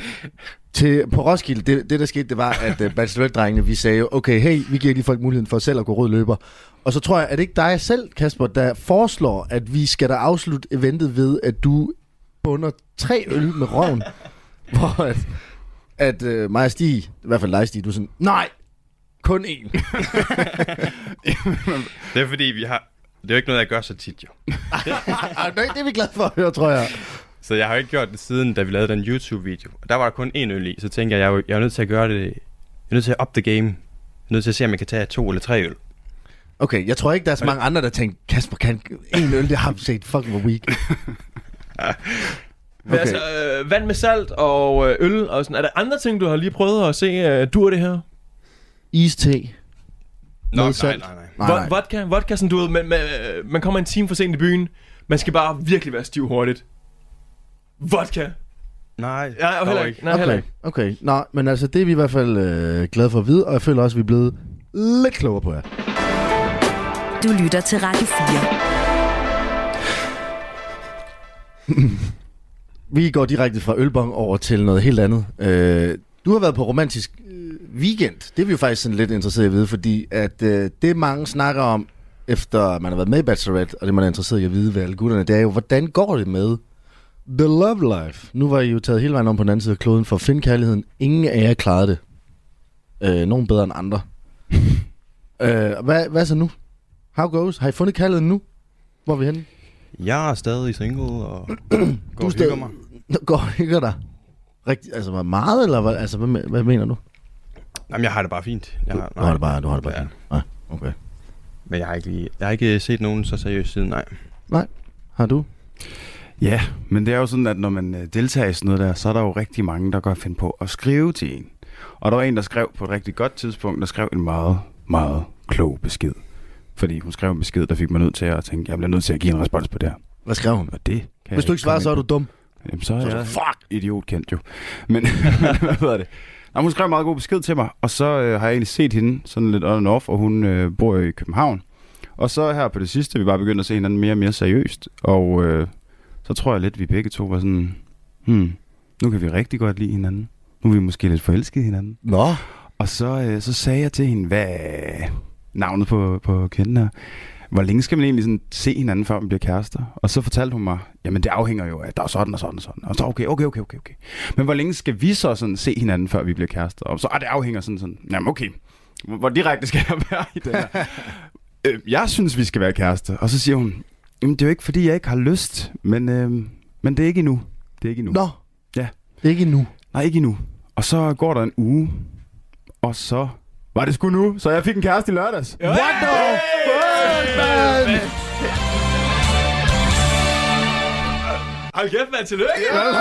C: til, på Roskilde, det, det der skete, det var, at uh, bachelorette-drengene, vi sagde, jo, okay, hey, vi giver lige folk muligheden for selv at gå rød løber. Og så tror jeg, at det ikke dig selv, Kasper, der foreslår, at vi skal da afslutte eventet ved, at du bunder tre øl med røven. hvor at, at uh, mig og Stig, i hvert fald dig, Stig, du er sådan, nej, kun én.
F: Det er fordi, vi har... Det er jo ikke noget, jeg gør så tit, jo.
C: Ej, det det er vi glade for at høre, tror jeg.
F: Så jeg har jo ikke gjort det siden, da vi lavede den YouTube-video. Og der var der kun én øl i, så tænkte jeg, jeg er, jo- jeg er nødt til at gøre det... Jeg er nødt til at up the game. Jeg er nødt til at se, om jeg kan tage to eller tre øl.
C: Okay, jeg tror ikke, der er så mange andre, der tænker, Kasper kan en øl, det har vi set fucking hvor weak.
D: Okay. Altså, øh, vand med salt og øh, øl og sådan. Er der andre ting, du har lige prøvet at se, øh, dur det her?
C: Iste.
F: Nå,
C: Med
F: nej,
C: salt.
F: nej, nej.
C: Nej, nej.
D: Vo- vodka, vodka sådan, du ved, man, man, øh, man kommer en time for sent i byen. Man skal bare virkelig være stiv hurtigt. Vodka.
F: Nej,
D: Ja, og
F: dog
D: heller ikke. Nej, okay. heller
C: Okay, okay.
D: ikke.
C: Nå, men altså, det er vi i hvert fald øh, glade for at vide, og jeg føler også, at vi er blevet lidt klogere på jer.
A: Du lytter til Radio 4.
C: Vi går direkte fra ølbong over til noget helt andet. Øh, du har været på romantisk øh, weekend. Det er vi jo faktisk sådan lidt interesseret i at vide, fordi at øh, det mange snakker om, efter man har været med i Bachelorette, og det man er interesseret i at vide ved alle gutterne, det er jo, hvordan går det med The Love Life? Nu var I jo taget hele vejen om på den anden side af kloden for at finde kærligheden. Ingen af jer klarede det. Øh, nogen bedre end andre. øh, hvad, hvad så nu? How goes? Har I fundet kærligheden nu? Hvor er vi henne?
F: Jeg er stadig single og går
C: er
F: og
C: stadig-
F: hygger mig.
C: Nå, Går og hygger dig. Rigtig, altså hvor meget, eller hvad, altså, hvad, hvad mener du?
F: Jamen, jeg har det bare fint. Jeg
C: Du,
F: har,
C: du har det bare, du har det bare.
F: Ja.
C: Ja. Nej, okay.
F: Men jeg har ikke, lige, jeg har ikke øh, set nogen så seriøst siden, nej.
C: Har du?
E: Ja, men det er jo sådan, at når man øh, deltager i sådan noget der, så er der jo rigtig mange, der godt finde på at skrive til en. Og der var en, der skrev på et rigtig godt tidspunkt, der skrev en meget, meget klog besked. Fordi hun skrev en besked, der fik mig nødt til at tænke, jeg bliver nødt til at give en respons på det her.
C: Hvad skrev hun?
E: Og det kan jeg
C: Hvis du ikke svarer,
E: komme
C: så er
E: ind
C: du dum.
E: Jamen, så er
C: Så er
E: jeg
C: du
E: fuck idiot kendt jo. Men hvad hedder det? Nå, hun skrev en meget god besked til mig, og så øh, har jeg egentlig set hende sådan lidt on and off, og hun øh, bor i København. Og så her på det sidste, er vi bare begyndt at se hinanden mere og mere seriøst, og øh, så tror jeg lidt, at vi begge to var sådan, hmm, nu kan vi rigtig godt lide hinanden. Nu er vi måske lidt forelskede i hinanden.
C: Nå,
E: Og så, øh, så sagde jeg til hende, hvad er navnet på, på kvinden her? Hvor længe skal man egentlig sådan se hinanden, før man bliver kærester? Og så fortalte hun mig, jamen det afhænger jo af, der er sådan og sådan og sådan. Og så okay, okay, okay, okay, okay. Men hvor længe skal vi så sådan se hinanden, før vi bliver kærester? Og så, ah, det afhænger sådan sådan, jamen okay, hvor hvor direkte skal jeg være i det her? øh, jeg synes, vi skal være kærester. Og så siger hun, jamen det er jo ikke, fordi jeg ikke har lyst, men, øh, men det er ikke endnu. Det er ikke endnu.
C: nå.
E: Ja.
C: Ikke nu.
E: Nej, ikke endnu. Og så går der en uge, og så var det sgu nu, så jeg fik en kæreste i lørdags. Ja.
C: What the fuck, man?
D: Hold kæft, mand. Tillykke.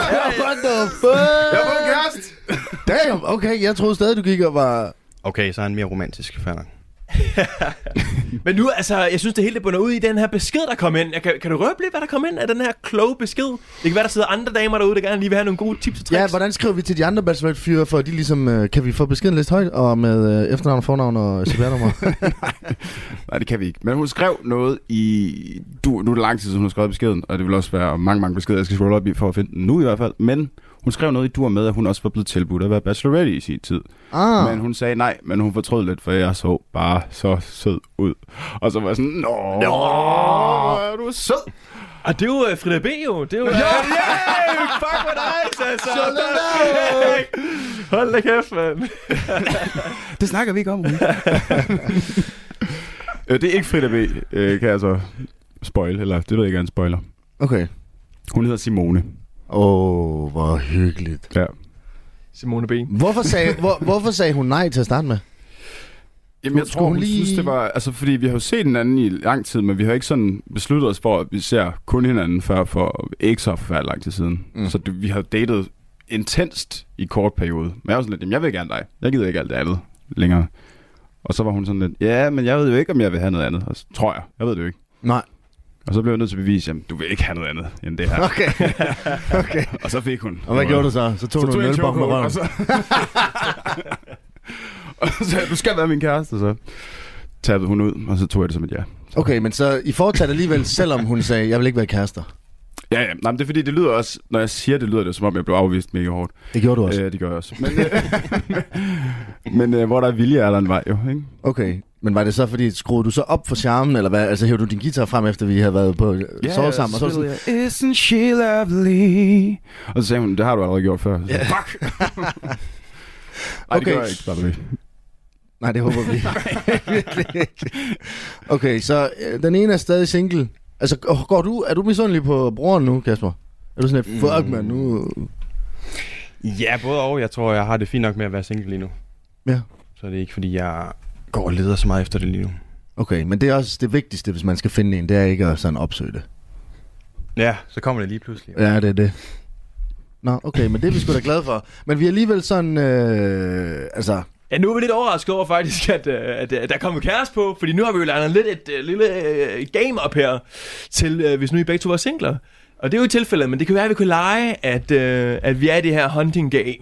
C: What the fuck?
E: Jeg var en kæreste!
C: Damn, okay, jeg troede stadig, du gik og var...
F: Okay, så er han mere romantisk, fair nok.
D: Men nu, altså, jeg synes, det hele det bunder ud i den her besked, der kom ind. Jeg Kan, kan du røbe lidt, hvad der kom ind af den her kloge besked? Det kan være, der sidder andre damer derude, der gerne lige vil have nogle gode tips og tricks.
C: Ja, hvordan skriver vi til de andre bachelorfyre, for at de ligesom... Øh, kan vi få beskeden læst højt, og med øh, efternavn, fornavn og CPR-nummer?
E: Nej, det kan vi ikke. Men hun skrev noget i... Du, nu er det lang tid, siden hun har skrevet beskeden, og det vil også være mange, mange beskeder, jeg skal scrolle op i for at finde den nu i hvert fald. Men hun skrev noget i dur med, at hun også var blevet tilbudt at være bachelorette i sin tid.
C: ah,
E: Men hun sagde nej, men hun fortrød lidt, for jeg så bare så sød ud. Og så var jeg sådan, nå, nå. er du sød.
D: Og det er jo uh, Frida B, jo. Det er jo... Ja, yeah, fuck, hvor nice, altså. Hold da kæft, mand.
E: Det snakker vi ikke om, Rune. Øh, det er ikke Frida B, øh, kan jeg så spoil, eller det ved jeg ikke, er en spoiler.
C: okay.
E: Hun hedder Simone.
C: Åh, oh, hvor hyggeligt.
E: Ja.
D: Simone B.
C: Hvorfor sagde, hvor, hvorfor sagde hun nej til at starte med?
E: Jamen, jeg
C: Skulle
E: tror,
C: hun
E: hun
C: lige-
E: synes, det var... Altså, fordi vi har jo set hinanden i lang tid, men vi har ikke sådan besluttet os for, at vi ser kun hinanden før for ikke så forfærdelig lang tid siden.
C: Mm.
E: Mm. Så det, vi har datet intenst i kort periode. Men jeg var sådan lidt, jamen, jeg vil gerne dig. Jeg gider ikke alt det andet længere. Og så var hun sådan lidt, ja, men jeg ved jo ikke, om jeg vil have noget andet. Og så, tror jeg. Jeg ved det jo ikke.
C: Nej.
E: Og så blev jeg nødt til at bevise, jamen, du vil ikke have noget andet end det her.
C: Okay. okay.
E: Og så fik hun.
C: Og hvad gjorde du så? Så tog
E: Så
C: du
E: tog
C: en
E: jeg en
C: ølbong med
E: choco,
C: røven.
E: og så... og så sagde jeg, du skal være min kæreste, så tabte hun ud, og så tog jeg det som et ja.
C: Okay, men så I fortsatte alligevel, selvom hun sagde, jeg vil ikke være kærester.
E: Ja, ja. Nej, men det er fordi, det lyder også, når jeg siger det, lyder det som om, jeg blev afvist mega hårdt.
C: Det gjorde du også.
E: Ja, det gør jeg også. Men, øh, men øh, hvor der er vilje, er der en vej jo, ikke?
C: Øh, Okay, men var det så fordi, skruede du så op for charmen, eller hvad? Altså, hævde du din guitar frem, efter vi havde været på yeah, sove sammen? Og så var du sådan,
E: jeg. Isn't she lovely? Og så sagde hun, det har du allerede gjort før. Så, yeah. Fuck! Ej, det
C: Okay.
E: gør jeg ikke, by the way.
C: nej, det håber vi virkelig ikke. Okay, så øh, den ene er stadig single. Altså, g- går du, er du misundelig på broren nu, Kasper? Er du sådan, lidt, fuck man, nu...
F: Ja, både og. Jeg tror, jeg har det fint nok med at være single lige nu.
C: Ja.
F: Så det er ikke, fordi jeg går og leder så meget efter det lige nu.
C: Okay, men det er også det vigtigste, hvis man skal finde en, det er ikke at sådan opsøge det.
F: Ja, så kommer det lige pludselig.
C: Ja, det er det. Nå, okay, men det er vi sgu da glade for. Men vi er alligevel sådan, øh, altså...
D: Ja, nu er vi lidt overrasket over faktisk, at, øh, at, at der kommer kæreste på, fordi nu har vi jo landet lidt et, et lille øh, game op her, til øh, hvis nu I begge to var singler. Og det er jo tilfældet, men det kan være, at vi kunne lege, at, øh, at vi er i det her hunting game.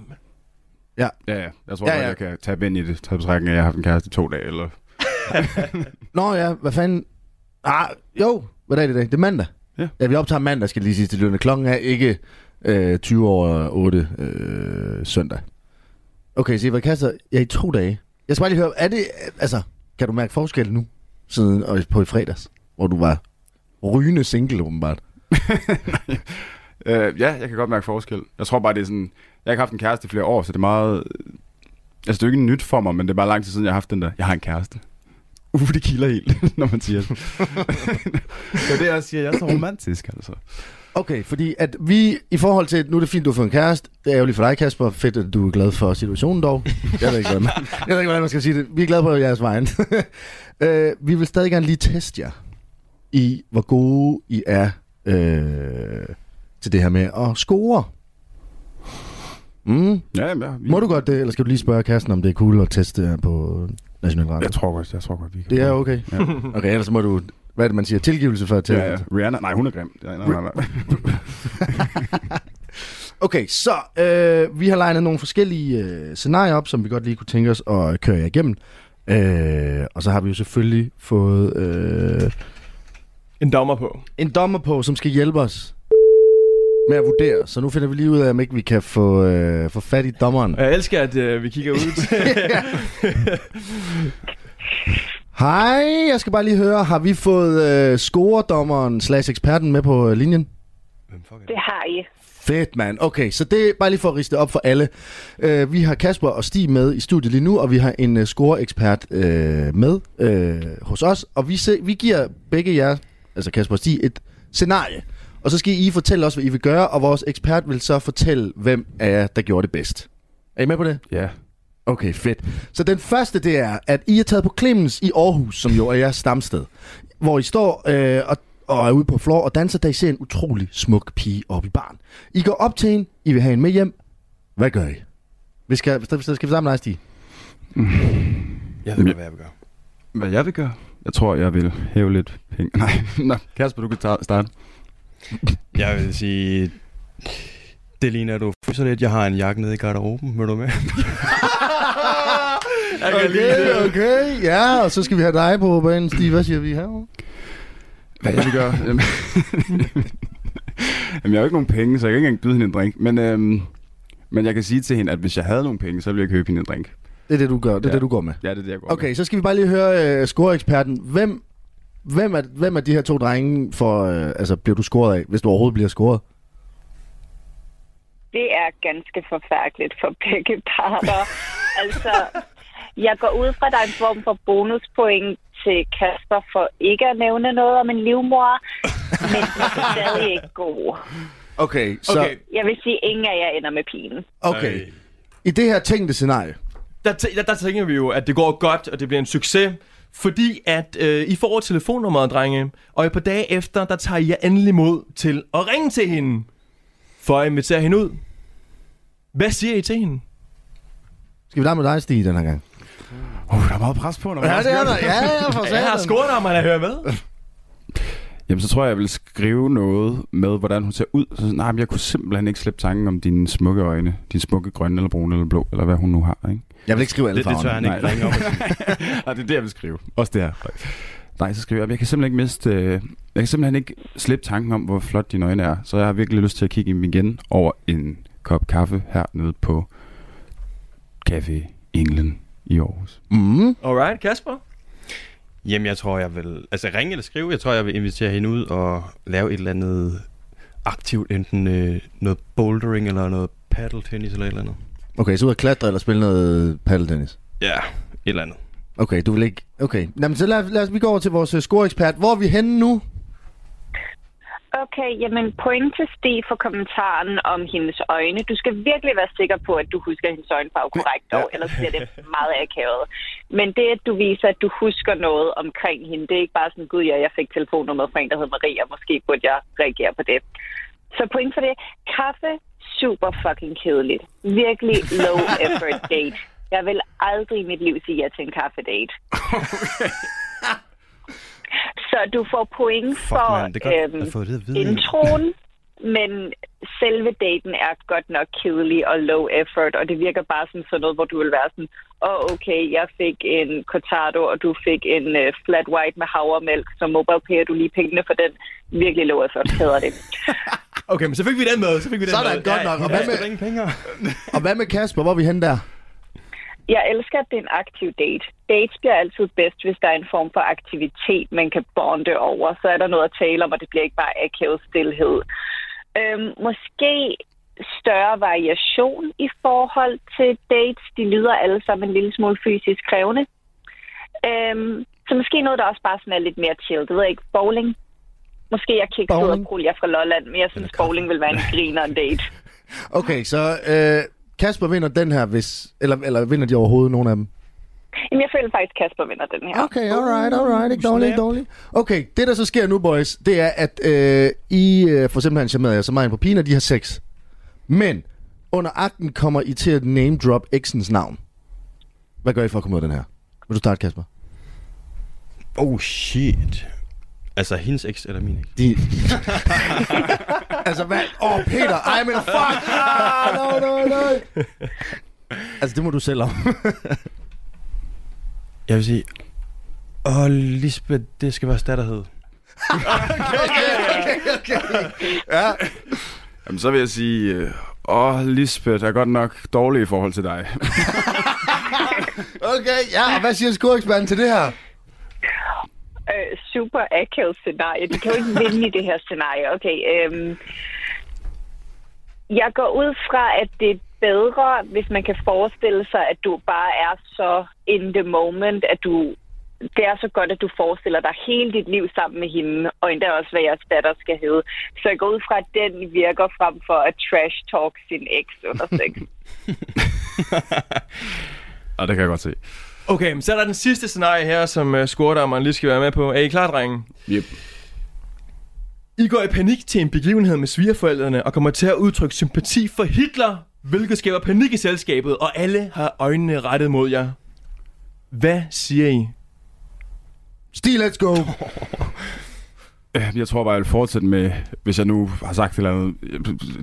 E: Ja, ja. Jeg tror
C: Ja,
E: ja, ja.
C: ja.
E: jeg kan tabe ind i det. Tag betrækken, at jeg har haft en kæreste i to dage, eller...
C: Nå ja, hvad fanden... Ah, jo, hvad dag er det i dag? Det er mandag.
E: Ja.
C: ja vi optager mandag, skal jeg lige sige til lytterne. Klokken er ikke øh, 20 over 8 øh, søndag. Okay, så I var kaster ja, i to dage. Jeg skal bare lige høre, er det... Altså, kan du mærke forskel nu, siden og på i fredags, hvor du var rygende single, åbenbart?
E: Øh, ja, jeg kan godt mærke forskel. Jeg tror bare, det er sådan... Jeg har ikke haft en kæreste i flere år, så det er meget... øh, Altså, det er jo ikke nyt for mig, men det er bare lang tid siden, jeg har haft den der... Jeg har en kæreste. Uh, det kilder helt, når man siger det. det er det, jeg siger. Jeg er så romantisk, altså.
C: Okay, fordi at vi, i forhold til, nu er det fint, du har fået en kæreste, det er ærgerligt for dig, Kasper, fedt, at du er glad for situationen dog. Jeg ved ikke, hvordan man, jeg ved ikke, hvordan man skal sige det. Vi er glade på jeres vejen. øh, vi vil stadig gerne lige teste jer i, hvor gode I er øh, til det her med at score. Mm.
E: Ja, jamen, ja, vi...
C: Må du godt det, eller skal du lige spørge Kassen, om det er cool at teste jer på national radio?
E: Jeg tror godt, jeg tror godt, vi kan.
C: Det er okay.
E: Ja.
C: Okay, ellers må du, hvad er det, man siger, tilgivelse for at
E: Ja,
C: tælle.
E: ja. Rihanna, nej, hun er grim. Ja, nej, nej, nej.
C: Okay, så øh, vi har legnet nogle forskellige øh, scenarier op, som vi godt lige kunne tænke os at køre jer igennem. Øh, og så har vi jo selvfølgelig fået øh,
D: En dommer på.
C: en dommer på, som skal hjælpe os med at vurdere. Så nu finder vi lige ud af, om ikke vi kan få, øh, få fat i dommeren.
D: Og jeg elsker, at øh, vi kigger ud til...
C: Hej, jeg skal bare lige høre, har vi fået øh, scoredommeren slash eksperten med på øh, linjen?
F: Hvem fuck er
B: Det
F: det?
B: har I.
C: Fedt, mand. Okay, så det er bare lige for at riste det op for alle. Øh, vi har Kasper og Stig med i studiet lige nu, og vi har en øh, scoreekspert øh, med øh, hos os. Og vi, se, vi giver begge jer, altså Kasper og Stig, et scenarie. Og så skal I fortælle os, hvad I vil gøre, og vores ekspert vil så fortælle, hvem af jer, der gjorde det bedst. Er I med på det?
E: ja.
C: Okay, fedt. Så den første, det er, at I er taget på Clemens i Aarhus, som jo er jeres stamsted, hvor I står øh, og, og er ude på floor og danser, da I ser en utrolig smuk pige oppe i barn. I går op til hende, I vil have hende med hjem. Hvad gør I? Vi skal, skal, skal vi sammen lege, Stig?
F: Jeg ved godt, hvad jeg vil gøre.
E: Hvad jeg vil gøre? Jeg tror, jeg vil hæve lidt penge. Nej, Nå, Kasper, du kan ta- starte.
F: Jeg vil sige... Det ligner, at du fryser lidt. Jeg har en jakke nede i garderoben. Vil du med?
D: Jeg kan lide det.
C: okay. Ja, og så skal vi have dig på banen, Stig. Hvad siger vi her?
E: Hvad jeg vil gøre? Jamen, Jamen, jeg har jo ikke nogen penge, så jeg kan ikke engang byde hende en drink. Men, øhm, men jeg kan sige til hende, at hvis jeg havde nogen penge, så ville jeg købe hende en drink.
C: Det er det, du gør. Det er ja.
E: Ja.
C: det, du går med.
E: Ja, det er det, jeg går
C: Okay, så skal vi bare lige høre øh, scoreeksperten. Hvem, hvem, er, hvem er de her to drenge for... Øh, altså, bliver du scoret af, hvis du overhovedet bliver scoret?
B: Det er ganske forfærdeligt for begge parter. altså, jeg går ud fra, at der er en form for bonuspoint til Kasper for ikke at nævne noget om en livmor, men den er stadig ikke god.
C: Okay, så...
D: Okay.
B: Jeg vil sige, at ingen af jer ender med pinen.
C: Okay. I det her tænkte scenarie.
D: der, tæ- der, der tænker vi jo, at det går godt, og det bliver en succes. Fordi at øh, I får telefonnummeret, drenge, og på dage efter, der tager I jer endelig mod til at ringe til hende. For at invitere hende ud. Hvad siger I til hende?
C: Skal vi da med dig, Stig, den her gang?
E: med. Uh, der er meget pres på, når man har skrevet.
C: Ja, ja, for
D: Jeg har scoret om, at jeg hører med.
E: Jamen, så tror jeg, jeg vil skrive noget med, hvordan hun ser ud. Så, sådan, nej, men jeg kunne simpelthen ikke slippe tanken om dine smukke øjne. Dine smukke grønne, eller brune, eller blå, eller hvad hun nu har, ikke?
C: Jeg vil ikke skrive alle
F: Det, det tør
C: farverne.
F: han ikke
E: Nej.
F: ringe op.
E: Nej, det er det, jeg vil skrive. Også det her. Nej, så skriver jeg, jeg kan simpelthen ikke miste... Øh, jeg kan simpelthen ikke slippe tanken om, hvor flot dine øjne er. Så jeg har virkelig lyst til at kigge i dem igen over en kop kaffe hernede på Café England i Aarhus.
C: Mm.
D: Alright, Kasper.
F: Jamen, jeg tror, jeg vil... Altså, ringe eller skrive. Jeg tror, jeg vil invitere hende ud og lave et eller andet aktivt. Enten øh, noget bouldering eller noget paddle tennis eller et eller andet.
C: Okay, så ud og klatre eller spille noget paddeltennis.
F: Ja, et eller andet.
C: Okay, du vil ikke... Okay, Jamen, så lad, lad os, vi går over til vores øh, scoreekspert. Hvor er vi henne nu?
B: Okay, jamen point til Stig for kommentaren om hendes øjne. Du skal virkelig være sikker på, at du husker hendes øjenfarve korrekt, dog, ellers bliver det meget akavet. Men det, at du viser, at du husker noget omkring hende, det er ikke bare sådan, gud ja, jeg fik telefonnummeret fra en, der hed Maria, måske burde jeg reagere på det. Så point for det. Kaffe, super fucking kedeligt. Virkelig low effort date. Jeg vil aldrig i mit liv sige ja til en kaffedate. Så du får point
F: Fuck,
B: for øhm,
F: mand. Det er godt, at få det at vide.
B: introen, men selve daten er godt nok kedelig og low effort, og det virker bare som sådan noget, hvor du vil være sådan, åh oh, okay, jeg fik en cortado, og du fik en uh, flat white med havremælk, så mobilepayer du lige pengene for den. Virkelig low effort hedder det.
D: Okay, men så fik vi den med. Så fik vi den
C: Sådan,
D: med.
C: godt nok. Og hvad med-
D: ringe penge?
C: Og hvad med Kasper? Hvor er vi henne der?
B: Jeg elsker, at det er en aktiv date. Dates bliver altid bedst, hvis der er en form for aktivitet, man kan bonde over. Så er der noget at tale om, og det bliver ikke bare akavet stillhed. Øhm, måske større variation i forhold til dates. De lyder alle sammen en lille smule fysisk krævende. Øhm, så måske noget, der også bare sådan er lidt mere chill. Det ved jeg ikke. Bowling. Måske jeg kigger ud og
C: Bowling?
B: Julia fra Lolland, men jeg synes, bowling vil være en griner date.
C: Okay, så øh, Kasper vinder den her, hvis, eller, eller vinder de overhovedet nogen af dem?
B: Jamen, jeg føler faktisk, Kasper vinder den her.
C: Okay, alright, alright. Ikke dårligt, ikke dårligt. Okay, det der så sker nu, boys, det er, at øh, I øh, for eksempel har en charmerede jer så meget på pigen, og de har sex. Men under akten kommer I til at name drop eksens navn. Hvad gør I for at komme ud af den her? Vil du starte, Kasper?
F: Oh shit. Altså hendes eks eller min eks?
C: De... altså, hvad? Åh, oh, Peter! Ej, men fuck! Ah, no, no, no. Altså, det må du selv om.
F: Jeg vil sige... Åh, Lisbeth, det skal være statterhed.
E: Jamen, så vil jeg sige, øh, åh, Lisbeth er godt nok dårlig i forhold til dig.
C: okay, ja, og hvad siger skoreksperten til det her?
B: Øh, super akavet scenarie. De kan jo ikke vinde i det her scenarie. Okay, øhm, jeg går ud fra, at det er bedre, hvis man kan forestille sig, at du bare er så in the moment, at du det er så godt, at du forestiller dig hele dit liv sammen med hende, og endda også, hvad jeres datter skal hedde. Så jeg går ud fra, at den virker frem for at trash-talk sin eks under sex.
E: Og det kan jeg godt se.
D: Okay, men så er der den sidste scenarie her, som uh, skurdammeren lige skal være med på. Er I klar, drenge?
E: Yep.
D: I går i panik til en begivenhed med svigerforældrene og kommer til at udtrykke sympati for Hitler, hvilket skaber panik i selskabet, og alle har øjnene rettet mod jer. Hvad siger I?
C: Stig, let's go!
E: Øh, Jeg tror bare, jeg vil fortsætte med, hvis jeg nu har sagt et eller andet.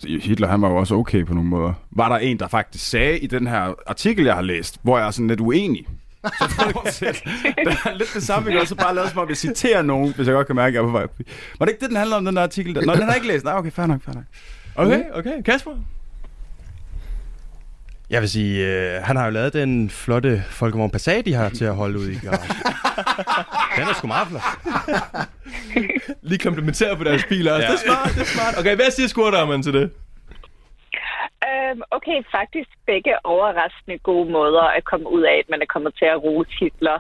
E: øh, Hitler, han var jo også okay på nogle måder. Var der en, der faktisk sagde i den her artikel, jeg har læst, hvor jeg er sådan lidt uenig? Så fortsæt. det er lidt det samme, ikke? Og så bare lade som om, jeg citerer nogen, hvis jeg godt kan mærke, at jeg er på vej. Var det ikke det, den handler om, den der artikel? Der? Nå, den har jeg ikke læst. Nej, okay, fair nok, fair nok.
D: Okay, okay. Kasper?
F: Jeg vil sige, øh, han har jo lavet den flotte Folkevogn Passat, de har til at holde ud i garagen. den er sgu meget flot.
D: Lige komplementere på deres biler også. Ja.
F: Ja.
D: Det er smart, det er smart. Okay, hvad siger skurdammeren til det?
B: Øhm, okay, faktisk begge overraskende gode måder at komme ud af, at man er kommet til at roe titler.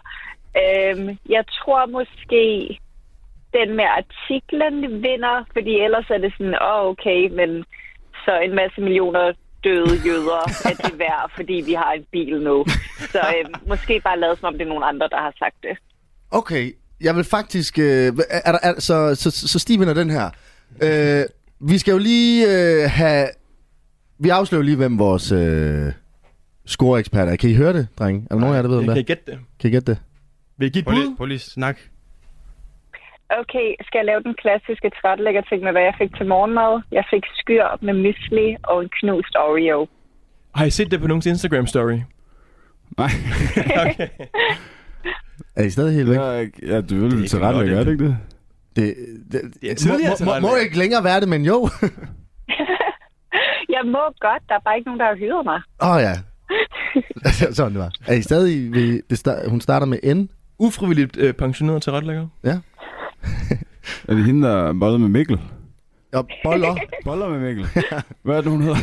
B: Øhm, jeg tror måske, den med artiklen vinder, fordi ellers er det sådan, åh oh, okay, men så en masse millioner døde jøder er det værd, fordi vi har en bil nu. Så øhm, måske bare lade som om det er nogen andre, der har sagt det.
C: Okay, jeg vil faktisk... Øh, hva- er der, er, så, så, så Stig vinder den her. Øh, vi skal jo lige øh, have... Vi afslører lige, hvem vores øh, scoreekspert er. Kan I høre det, drenge? Er der nogen af jer, der ved, om det
D: Kan I
C: er?
D: gætte det?
C: Kan I gætte det?
D: Vil I give et
F: Prøv lige,
D: bud?
F: prøv lige snak.
B: Okay, skal jeg lave den klassiske trætlægger ting med, hvad jeg fik til morgenmad? Jeg fik skyr med mysli og en knust Oreo.
D: Har I set det på nogens Instagram-story?
E: Nej.
C: Er I stadig helt væk?
E: Ja, ja du vil
F: ikke
E: til ret,
F: godt,
E: er det ikke det?
C: Det, det,
D: Det er
C: må,
D: tidligere
C: må, må, må
D: tilrettelagt.
C: ikke længere være det, men jo.
B: Jeg må godt, der er bare ikke nogen, der har hyret mig.
C: Åh oh, ja. Sådan det var. Er I stadig ved, det sta- hun starter med N?
D: Ufrivilligt øh, pensioneret til retlægger?
E: Er det hende, der bollede med Mikkel?
C: Og boller.
E: Boller med Mikkel? Hvad er det, hun hedder?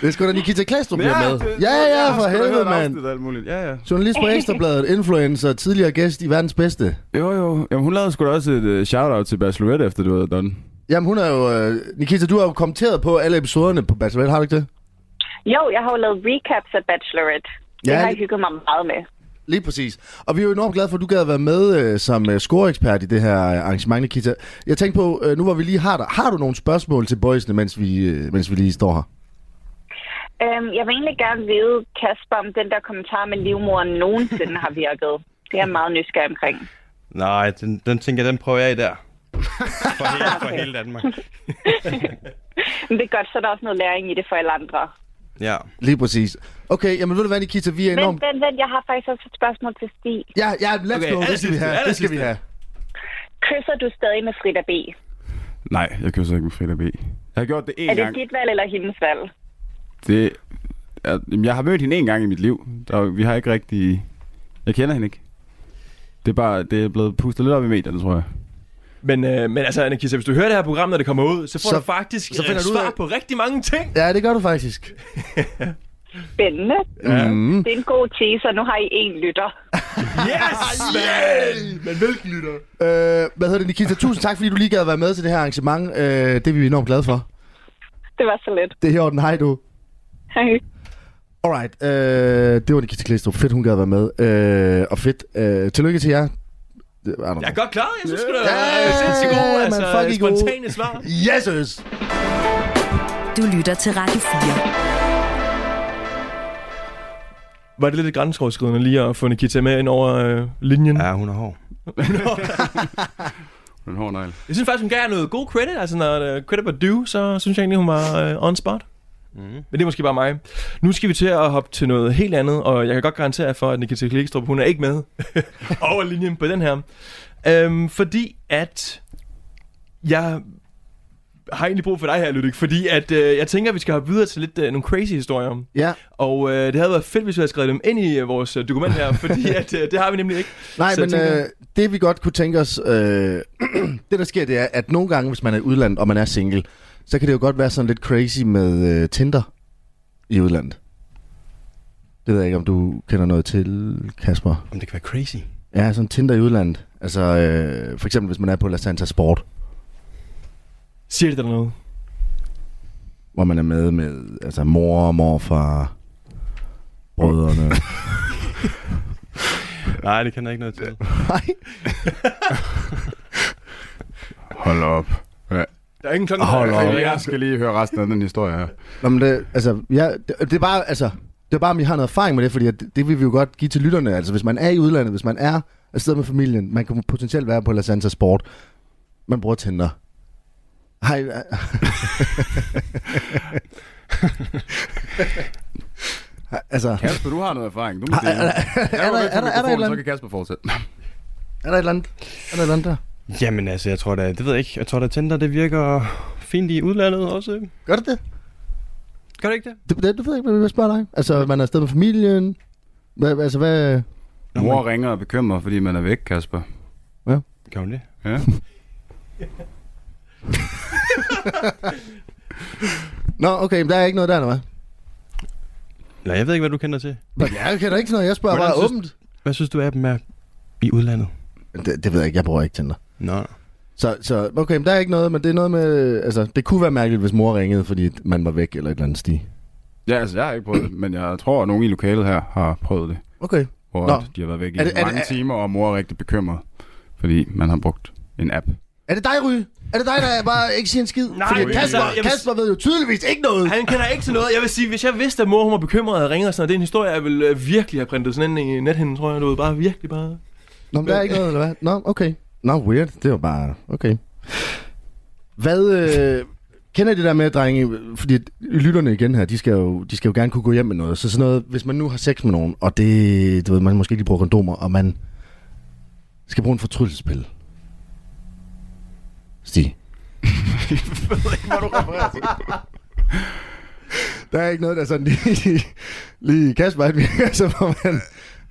C: Det er sgu da Nikita Klastrup bliver med. Ja, ja, for helvede, mand.
E: Alt muligt. Ja, ja.
C: Journalist på Ekstrabladet, influencer, tidligere gæst i verdens bedste.
E: Jo, jo. Jamen, hun lavede sgu da også et uh, shout-out til Bachelorette, efter du havde done.
C: Jamen, hun er jo... Øh, Nikita, du har jo kommenteret på alle episoderne på Bachelorette, har du ikke det?
B: Jo, jeg har jo lavet recaps af Bachelorette. Det
C: Ja,
B: har jeg
C: lige-
B: hygget mig meget med.
C: Lige præcis. Og vi er jo enormt glade for, at du gad at være med øh, som øh, scoreekspert i det her øh, arrangement, Nikita. Jeg tænkte på, øh, nu hvor vi lige har dig, har du nogle spørgsmål til boysene, mens vi, øh, mens vi lige står her?
B: Øhm, jeg vil egentlig gerne vide, Kasper, om den der kommentar med livmoren nogensinde har virket. Det er jeg meget nysgerrig omkring.
F: Nej, den, den tænker jeg, den prøver jeg i der. For hele, for hele Danmark.
B: Men det er godt, så er der også noget læring i det for alle andre.
F: Ja.
C: Lige præcis. Okay, jamen ved du hvad, Nikita, vi er
B: Vent,
C: enormt...
B: vent, vent, jeg har faktisk også et spørgsmål til Stig.
C: Ja, ja, let's
D: Okay,
C: okay, go, det skal
D: allersidste,
C: vi have, det skal vi
D: allersidste.
C: have.
B: Kysser du stadig med Frida B?
E: Nej, jeg kysser ikke med Frida B. Jeg har gjort det én
B: Er det
E: gang.
B: dit valg eller hendes valg?
E: Det er, jamen, jeg har mødt hende én gang i mit liv. Der, vi har ikke rigtig... Jeg kender hende ikke. Det er bare det er blevet pustet lidt op i medierne, tror jeg.
D: Men, øh, men altså, Anna-Kisa, hvis du hører det her program, når det kommer ud, så får
C: Så-
D: så, du faktisk
C: så
D: så
C: finder
D: øh,
C: du ud af-
D: svar på rigtig mange ting.
C: Ja, det gør du faktisk.
B: Spændende.
D: Ja.
C: Mm.
B: Det er en god teaser. Nu har I én lytter.
D: Yes!
C: Yeah! Men hvilken lytter? Øh, hvad hedder det, Nikita? Tusind tak, fordi du lige gad at være med til det her arrangement. Øh, det er vi enormt glade for.
B: Det var så let.
C: Det er i orden. Hej du.
B: Hej.
C: Alright, øh, det var Nikita Klistrup. Fedt, hun gad at være med. Øh, og fedt. Øh, tillykke til jer. Det- I don't know.
D: Jeg er godt klar. Jeg synes, sgu, det
C: Ja,
D: var sindssygt god.
C: man,
D: Altså,
C: fucking god.
D: spontane svar.
C: Yes, yes.
A: Du lytter til Radio 4.
D: Var det lidt grænseoverskridende lige at få Nikita med ind over øh, linjen?
F: Ja, hun er hård.
E: En hård negl.
D: Jeg synes faktisk, hun gav noget god credit. Altså, når uh, credit var due, så synes jeg egentlig, hun var uh, on spot. Mm. Men det er måske bare mig. Nu skal vi til at hoppe til noget helt andet, og jeg kan godt garantere jer for, at Nikita Klikstrup, hun er ikke med over linjen på den her. Øhm, fordi at jeg har egentlig brug for dig her, Ludvig, fordi at øh, jeg tænker, at vi skal hoppe videre til lidt øh, nogle crazy historier.
C: Ja.
D: Og øh, det havde været fedt, hvis vi havde skrevet dem ind i øh, vores øh, dokument her, fordi at, øh, det har vi nemlig ikke.
C: Nej,
D: Så
C: men
D: jeg tænker-
C: øh, det vi godt kunne tænke os, øh, det der sker, det er, at nogle gange, hvis man er i udlandet, og man er single, så kan det jo godt være sådan lidt crazy med øh, Tinder i udlandet. Det ved jeg ikke, om du kender noget til, Kasper.
F: Om det kan være crazy.
C: Ja, sådan Tinder i udlandet. Altså, øh, for eksempel hvis man er på La Santa Sport,
D: Siger det dig noget?
C: hvor man er med med altså, mor og morfar, brødrene.
F: Nej, det kender jeg ikke noget til.
C: Nej.
E: Hold op. Ja.
D: Der er ingen klokke.
C: Hold op.
E: Jeg skal lige høre resten af den historie her.
C: Nå, men det, altså, ja, det, det er bare, altså, det er bare, om I har noget erfaring med det, fordi at det, det vil vi jo godt give til lytterne. Altså, hvis man er i udlandet, hvis man er afsted med familien, man kan potentielt være på La Santa Sport, man bruger Tinder. Hej, altså,
E: Kasper, du har noget erfaring. Du må
C: Har-
E: dele.
C: er- er-
E: Jeg går
C: er-
E: væk fra
C: er- er- er- er- er-
E: mikrofonen,
C: er-
E: Så kan Kasper fortsætte.
C: er der et eller andet? Er der et eller andet der?
F: Jamen altså, jeg tror da, det ved jeg ikke. Jeg tror da, Tinder, det virker fint i udlandet også.
C: Gør det det?
F: Gør det ikke det?
C: Det, det, det ved jeg ikke, hvad jeg spørger dig. Altså, man er afsted med familien. Hvad, altså, hvad...
E: Mor ringer og bekymrer, fordi man er væk, Kasper.
F: Gør hun det?
E: Ja.
C: Nå, okay, men der er ikke noget der, eller hvad?
F: Nej, jeg ved ikke, hvad du kender til.
C: Jeg kender ikke sådan noget, jeg spørger
F: Hvordan
C: bare
F: synes-
C: åbent.
F: Hvad synes du af dem er i udlandet?
C: Det, det ved jeg ikke, jeg bruger ikke Tinder.
F: Nå.
C: Så, så okay, men der er ikke noget, men det er noget med... Altså, det kunne være mærkeligt, hvis mor ringede, fordi man var væk eller et eller andet sti.
E: Ja, altså, jeg har ikke prøvet det, men jeg tror, at nogen i lokalet her har prøvet det.
C: Okay.
E: Hvor
C: Nå.
E: at de har været væk i
C: Er det- er det-
E: mange
C: er-
E: timer, og mor er rigtig bekymret, fordi man har brugt en app.
C: Er det dig, Ry? Er det dig, der bare ikke siger en skid?
D: Nej,
C: fordi
D: men
C: Kasper,
D: altså, jeg vil-
C: Kasper ved jo tydeligvis ikke noget.
D: Han kender ikke til noget. Jeg vil sige, hvis jeg vidste, at mor hun var bekymret og ringede og sådan noget, det er en historie, jeg ville øh, virkelig have printet sådan ind i nethinden, tror jeg. Du ved, bare virkelig bare...
C: Nå, men der er ikke noget, eller hvad? Nå, okay. Nå, weird. Det var bare... Okay. Hvad... Øh, kender I det der med, drenge? Fordi lytterne igen her, de skal, jo, de skal jo gerne kunne gå hjem med noget. Så sådan noget, hvis man nu har sex med nogen, og det... Du ved, man måske ikke lige bruger kondomer, og man skal bruge en fortrydelsespille. Stig. Der er ikke noget, der sådan lige... lige Kasper, han virker, som om han,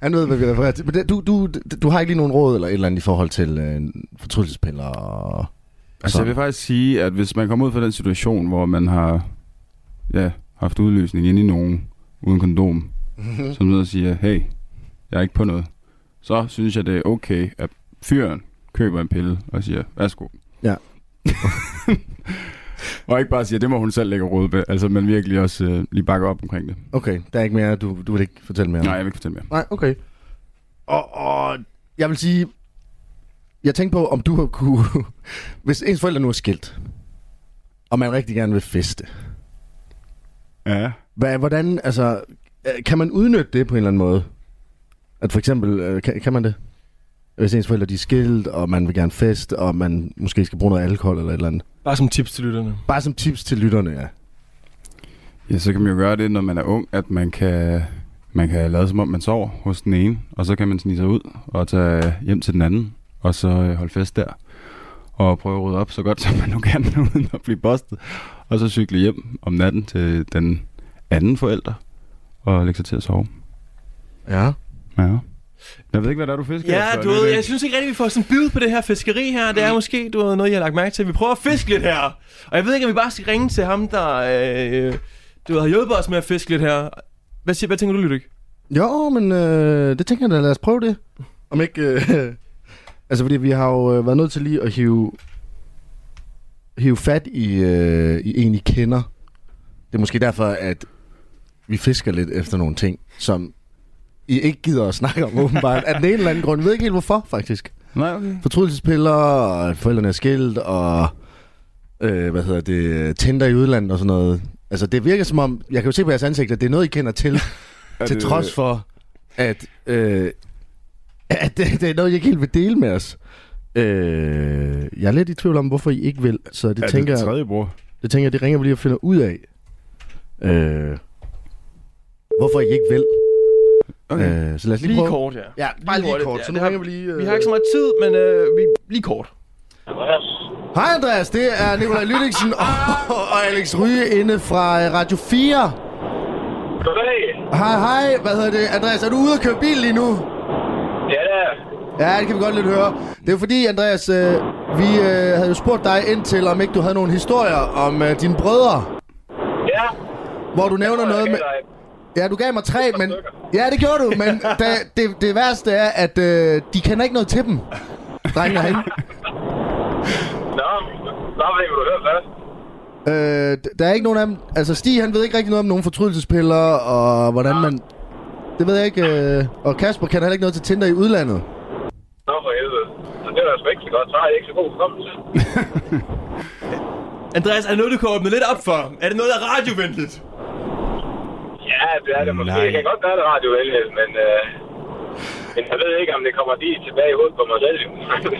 C: han ved, hvad vi refererer til. Men det, du, du, du har ikke lige nogen råd eller et eller andet i forhold til øh, fortrydelsespiller og...
E: Altså, jeg vil faktisk sige, at hvis man kommer ud fra den situation, hvor man har ja, haft udløsning inde i nogen uden kondom, som sidder og siger, hey, jeg er ikke på noget, så synes jeg, det er okay, at fyren køber en pille og siger, værsgo.
C: Ja.
E: og ikke bare siger, det må hun selv lægge råd ved, altså, men virkelig også øh, lige bakke op omkring det.
C: Okay, der er ikke mere, du, du vil ikke fortælle mere? om?
E: Nej, jeg vil ikke fortælle mere.
C: Nej, okay. Og, og jeg vil sige, jeg tænkte på, om du har kunne... Hvis ens forældre nu er skilt, og man rigtig gerne vil feste,
E: Ja.
C: hvad, hvordan, altså, øh, kan man udnytte det på en eller anden måde? At for eksempel, øh, kan, kan man det? Hvis ens forældre de er skilt, og man vil gerne feste, og man måske skal bruge noget alkohol eller et eller andet.
D: Bare som tips til lytterne.
C: Bare som tips til lytterne, ja.
E: Ja, så kan man jo gøre det, når man er ung, at man kan, man kan lade som om, man sover hos den ene, og så kan man snige sig ud og tage hjem til den anden, og så øh, holde fest der, og prøve at rydde op så godt, som man nu kan, uden at blive bustet, og så cykle hjem om natten til den anden forælder, og lægge sig til at sove.
C: Ja.
E: Ja. Jeg ved ikke, hvad der er, du fisker
D: Ja,
E: efter.
D: du
E: Det er
D: ved,
E: det.
D: jeg synes ikke rigtigt, vi får sådan bid på det her fiskeri her. Det er måske, du ved, noget, jeg har lagt mærke til. Vi prøver at fiske lidt her. Og jeg ved ikke, om vi bare skal ringe til ham, der øh, du ved, har hjulpet os med at fiske lidt her. Hvad, siger, hvad tænker du, Lydik?
C: Jo, men øh, det tænker jeg da, lad os prøve det. Om ikke... Øh, altså, fordi vi har jo øh, været nødt til lige at hive, hive fat i, øh, i en, I kender. Det er måske derfor, at vi fisker lidt efter nogle ting, som I ikke gider at snakke om, åbenbart. Af den ene eller anden grund. Jeg ved ikke helt, hvorfor, faktisk.
E: Nej, okay.
C: Fortrydelsespiller, og at forældrene er skilt, og... Øh, hvad hedder det? Tinder i udlandet og sådan noget. Altså, det virker som om... Jeg kan jo se på jeres ansigt, at det er noget, I kender til.
E: Er
C: Til
E: det-
C: trods for, at, øh, at det, det er noget, jeg ikke helt vil dele med os. Øh, jeg er lidt i tvivl om, hvorfor I ikke vil, så det,
E: er
C: tænker,
E: det
C: det,
E: tredje bror?
C: det tænker jeg, det ringer vi lige og finder ud af. Øh, hvorfor I ikke vil. Okay. Øh, så lad os lige,
D: Lige
C: prøve.
D: kort, ja.
C: Ja, bare lige
D: hurtigt.
C: kort,
D: Ja,
C: så
D: det
C: nu
D: har-
C: ringer vi lige... Øh...
D: Vi har ikke så meget tid, men øh, vi, lige kort.
C: Hej Andreas, det er Nikolaj Lydingsen og, og Alex Ryge inde fra øh, Radio 4.
G: Goddag.
C: Hej, hej. Hvad hedder det? Andreas, er du ude at køre bil lige nu?
G: Ja, da.
C: Ja, det kan vi godt lidt høre. Det er jo fordi, Andreas, øh, vi øh, havde jo spurgt dig indtil, om ikke du havde nogle historier om øh, dine brødre,
G: Ja.
C: hvor du nævner noget med...
G: Eller,
C: Ja, du gav mig tre, men... Ja, det gjorde du, men da, det, det værste er, at øh, de kender ikke noget til dem, drengene herinde.
G: Nå, så ved jeg, hvad du hører først.
C: Øh, d- der er ikke nogen af dem... Altså, Stig, han ved ikke rigtig noget om nogen fortrydelsespiller, og hvordan man... Det ved jeg ikke. Øh, og Kasper kan heller ikke noget til Tinder i udlandet.
G: Nå, for helvede. Så det var da sgu ikke så godt. Så har jeg ikke så god hukommelse.
D: Andreas, er det noget, du kan åbne lidt op for? Er det noget, der er radiovenligt?
G: Ja, det er det måske.
F: Nej.
G: Det kan godt være, det radio men... Øh, men jeg ved ikke, om det kommer lige tilbage i hovedet på mig selv. jo.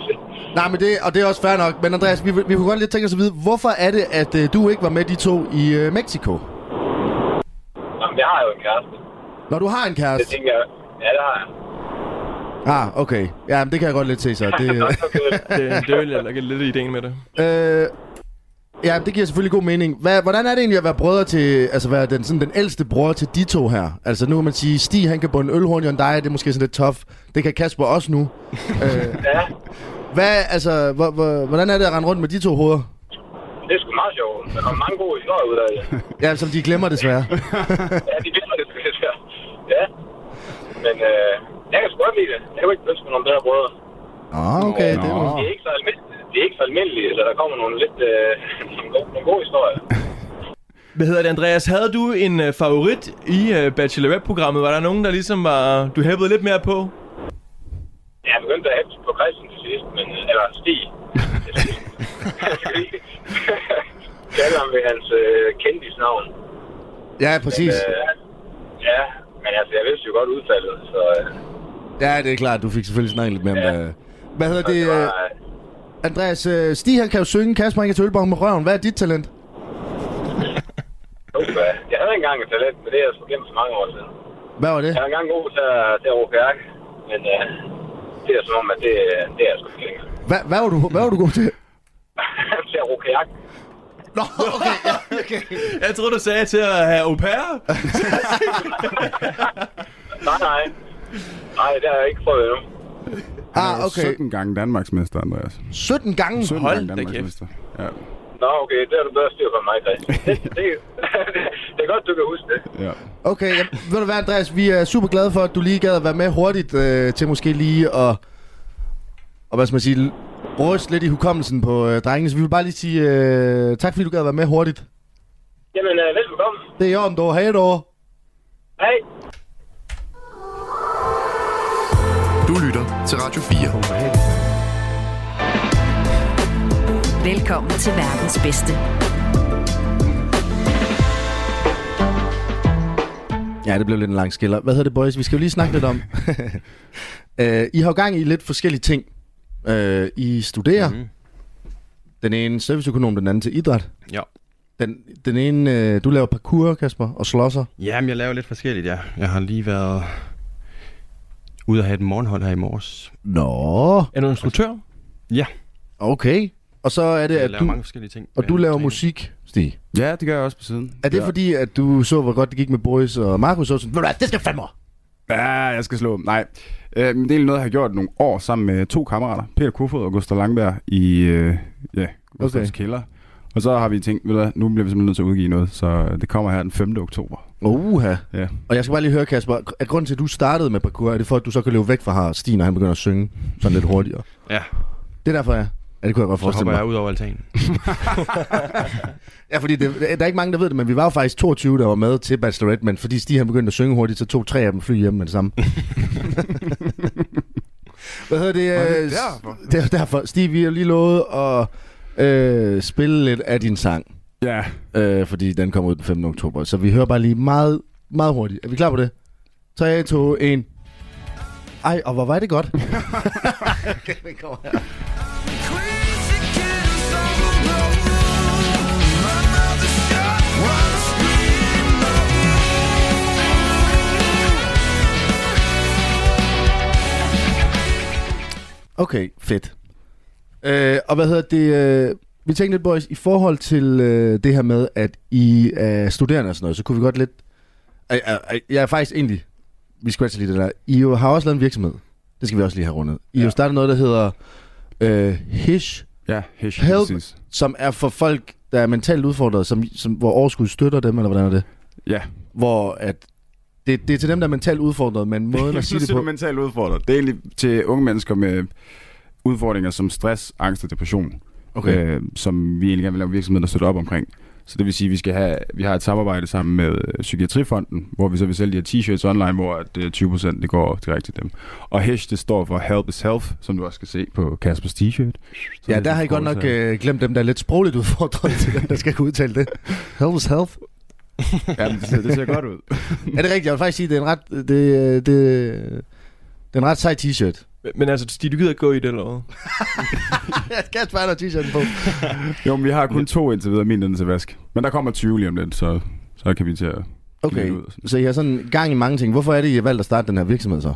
C: Nej, men det, og det er også fair nok. Men Andreas, vi, vi kunne godt lidt tænke os at vide, hvorfor er det, at øh, du ikke var med de to i øh, Mexico?
G: Jamen, jeg har jo en kæreste.
C: Når du har en
G: Det
C: kæreste?
G: tænker jeg... Ja, det har jeg.
C: Ah, okay. Ja, men det kan jeg godt lidt se så. Det,
G: Okay.
D: Det, det er jo lidt, lidt ideen med det.
C: øh, ja, det giver selvfølgelig god mening. Hvad, hvordan er det egentlig at være brødre til, altså være den, sådan den ældste bror til de to her? Altså nu kan man sige, Stig han kan bunde ølhorn i en dig, det er måske sådan lidt tough. Det kan Kasper også nu. øh,
G: Ja,
C: hvad, altså, hvor, hvor, hvordan er det at rende rundt med de to hoveder?
G: det er sgu meget sjovt. Der kommer mange gode historier ud af det.
C: Ja, som de glemmer desværre.
G: Ja, de glemmer det sgu lidt her. Ja. Men øh, jeg kan sgu godt lide det. Jeg kunne ikke ønske mig nogle bedre brødre.
C: Ah, okay. Det er,
G: Det er ikke så almindeligt, det er ikke så almindeligt så der kommer nogle lidt øh, nogle, gode, nogle gode historier.
D: Hvad hedder det, Andreas? Havde du en øh, favorit i øh, Bachelorette-programmet? Var der nogen, der ligesom var... Du hæppede lidt mere på?
G: Jeg begyndte at hæfte på Christian til sidst, men øh, eller Stig. til sidst. Jeg kalder ham ved hans øh, kendisnavn.
C: ja, præcis.
G: Øh, ja, men altså, jeg vidste jo godt udfaldet, så øh,
C: Ja, det er klart, du fik selvfølgelig snakket lidt mere om det. Hvad hedder
G: det
C: det,
G: var,
C: øh, Andreas? øh, Stig, han kan jo synge, Kasper, han kan tølbong med røven. Hvad er dit talent?
G: uha. Jeg havde engang et talent, men det er jeg sgu glemt for mange år siden.
C: Hvad var det?
G: Jeg var engang god til, at- til at råbe værk, men øh, det er som om, at det, øh, det er jeg sgu ikke længere.
C: Hvad, hvad, var, du, hvad var du god til?
G: til at råbe kajak.
C: Nå, okay. Ja, okay.
D: Jeg tror du sagde til at have au pair.
G: Nej, nej. Nej, det har jeg ikke prøvet endnu.
C: Ah, okay.
E: 17 gange Danmarksmester, Andreas.
C: 17 gange?
E: 17
D: Hold
E: gange
D: da
E: Danmarksmester. Ja.
G: Nå, okay, det er du bedre styr på end mig, Christian. Det, det, det er godt, du kan huske det.
E: ja.
C: Okay, ja, ved du hvad, Andreas? Vi er super glade for, at du lige gad at være med hurtigt øh, til måske lige at... Og hvad skal man sige? Ryste lidt i hukommelsen på øh, drengene. Så vi vil bare lige sige øh, tak, fordi du gad at være med hurtigt.
G: Jamen, øh, velbekomme.
C: Det er i orden, dog. Hej, dog.
G: Hej.
H: Du lytter til Radio 4.
A: Velkommen til verdens bedste.
C: Ja, det blev lidt en lang skiller. Hvad hedder det, boys? Vi skal jo lige snakke lidt om. øh, I har jo gang i lidt forskellige ting. Øh, I studerer.
F: Mhm.
C: Mm. Den ene serviceøkonom, den anden til idræt.
F: Ja.
C: Den, den ene, øh, du laver parkour, Kasper, og slåsser.
F: Jamen, jeg laver lidt forskelligt, ja. Jeg har lige været ude at have et morgenhold her i morges.
C: Nå,
D: Er du instruktør?
F: Ja,
C: okay. Og så er det,
F: jeg
C: at
F: laver
C: du,
F: mange forskellige ting.
C: og du
F: Øh,
C: laver
F: træning.
C: musik, Stig.
E: ja, det gør jeg også på siden.
C: Er det
E: ja.
C: fordi, at du så, hvor godt det gik med Boris og Markus, og sådan, "Ved du hvad, det skal fandme
E: Ja, jeg skal slå dem. Nej. Øh, men det er egentlig noget, jeg har gjort nogle år sammen med to kammerater, Peter Kofod og Gustav Langberg, i øh, ja, Gustavs
C: Okay.
E: okay. kælder. Og så har vi tænkt, ved du hvad, nu bliver vi simpelthen nødt til at udgive noget, så det kommer her den 5. oktober.
C: Uha.
E: Ja.
C: Og jeg skal bare lige høre, Kasper, er grunden til, at du startede med parkour, er det for, at du så kan løbe væk fra her, Stine, og han begynder at synge sådan lidt hurtigere?
F: Ja,
C: Det er derfor, jeg... Ja, det kunne jeg godt
F: så
C: forestille
F: hopper
C: mig.
F: jeg ud over altanen.
C: Ja, fordi det, der er ikke mange, der ved det, men vi var jo faktisk 22, der var med til Bachelorette, men fordi Stig han begyndte at synge hurtigt, så tog tre af dem fly hjem med det samme. Hvad hedder det?
E: Var det
C: øh, s-
E: derfor?
C: Det er derfor. Stig, vi har lige lovet at øh, spille lidt af din sang,
E: Ja.
C: øh, fordi den kommer ud den 15. oktober. Så vi hører bare lige meget, meget hurtigt. Er vi klar på det? 3, 2, 1. Ej, og hvor var det godt. okay, det kommer her. Okay, fedt. Øh, og hvad hedder det? Øh, vi tænkte lidt, boys, i forhold til øh, det her med, at I er studerende og sådan noget, så kunne vi godt lidt... Ej, ej, ej, Jeg er faktisk egentlig... Vi scratcher lige det der. I jo har også lavet en virksomhed. Det skal vi også lige have rundet. I ja. jo startet noget, der hedder øh, Hish,
E: Ja, hish,
C: Help.
E: præcis.
C: som er for folk, der er mentalt udfordret, som, som, hvor overskud støtter dem, eller hvordan er det?
E: Ja.
C: Hvor at... Det, det er til dem, der er mentalt udfordret, men måden at sige det på...
E: mentalt udfordret. Det er egentlig til unge mennesker med udfordringer som stress, angst og depression,
C: Okay.
E: øh, som vi egentlig gerne vil lave virksomheder, der støtter op omkring. Så det vil sige, at vi, skal have, vi har et samarbejde sammen med øh, Psykiatrifonden, hvor vi så vil sælge de her t-shirts online, hvor at, øh, 20% det går direkte til dem. Og HESH, det står for Help is Health, som du også kan se på Kaspers t-shirt. Så det
C: Ja,
E: er
C: der har I
E: sådan
C: godt
E: en
C: nok
E: forkortelse af-
C: øh, glemt dem, der er lidt sprogligt udfordret til dem, der skal kunne udtale det. Health health.
E: Jamen, det, ser, det ser godt ud.
C: Er det rigtigt? Jeg vil faktisk sige, det er en ret, det, det, det er en ret sej t-shirt.
D: Men altså, Stig, du gider ikke gå i det eller hvad?
C: Jeg skal bare have t-shirten på.
E: Jo, men vi har kun to indtil videre, min den er til vask. Men der kommer 20 lige om lidt, så, så kan vi til at
C: Okay,
E: kigge ud og sådan.
C: så I har sådan gang i mange ting. Hvorfor er det, I har valgt at starte den her virksomhed så?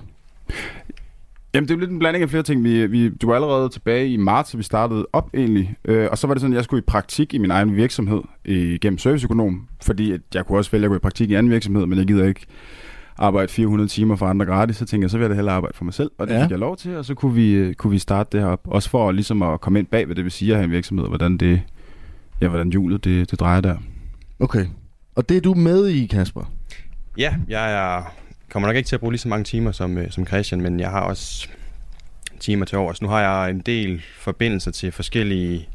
E: Jamen, det er jo lidt en blanding af flere ting. Vi, vi, du var allerede tilbage i marts, så vi startede op egentlig. Øh, og så var det sådan, at jeg skulle i praktik i min egen virksomhed øh, gennem serviceøkonom. Fordi at jeg kunne også vælge at gå i praktik i anden virksomhed, men jeg gider ikke arbejde 400 timer for andre gratis. Så tænkte jeg, så vil jeg da hellere arbejde for mig selv. Og det
C: Ja.
E: ja. fik jeg lov til, og så kunne vi, øh, kunne vi starte det her op. Også for ligesom at komme ind bag, hvad det vil sige at have en virksomhed, og hvordan det... Ja, hvordan hjulet det, det drejer der.
C: Okay. Og det er du med i, Kasper?
F: Ja, jeg er, kommer nok ikke til at bruge lige så mange timer som, øh, som Christian, men jeg har også timer til overs. Nu har jeg en del forbindelser til forskellige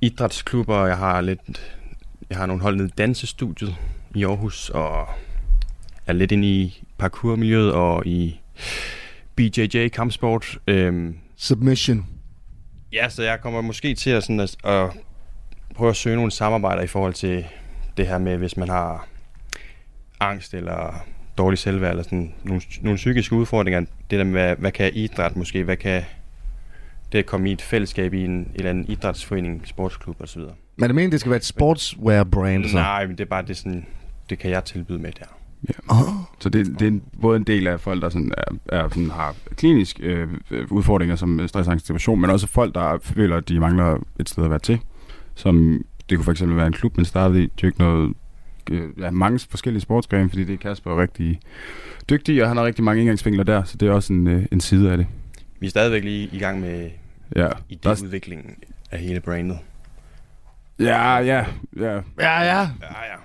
F: idrætsklubber, og jeg har lidt jeg har nogle hold nede i dansestudiet i Aarhus, og er lidt inde i parkourmiljøet og i BJJ kampsport. Øhm,
C: Submission.
F: ja, så jeg kommer måske til at, sådan at, at prøve at søge nogle samarbejder i forhold til det her med, hvis man har angst eller dårlig selvværd, eller sådan nogle, nogle psykiske udfordringer. Det der med, hvad, hvad kan idræt måske, hvad kan det at komme i et fællesskab i en, en eller anden idrætsforening, sportsklub osv.
C: Men det mener, det skal være et sportswear-brand, så?
F: Nej, men det er bare det sådan, det kan jeg tilbyde med der.
E: Så det, det er en, både en del af folk, der sådan er, er sådan har klinisk øh, øh, udfordringer som øh, stress, angst, depression, men også folk, der føler, at de mangler et sted at være til. Som det kunne for eksempel være en klub, man startede i, dyrke noget øh, ja, mange forskellige sportsgrene, fordi det er Kasper er rigtig dygtig, og han har rigtig mange indgangsvinkler der, så det er også en, øh, en side af det.
F: Vi er stadigvæk lige i gang med
E: Ja, Der er-
F: idéudviklingen af hele brandet.
E: ja, ja, ja.
C: Ja, ja.
F: Ja, ja.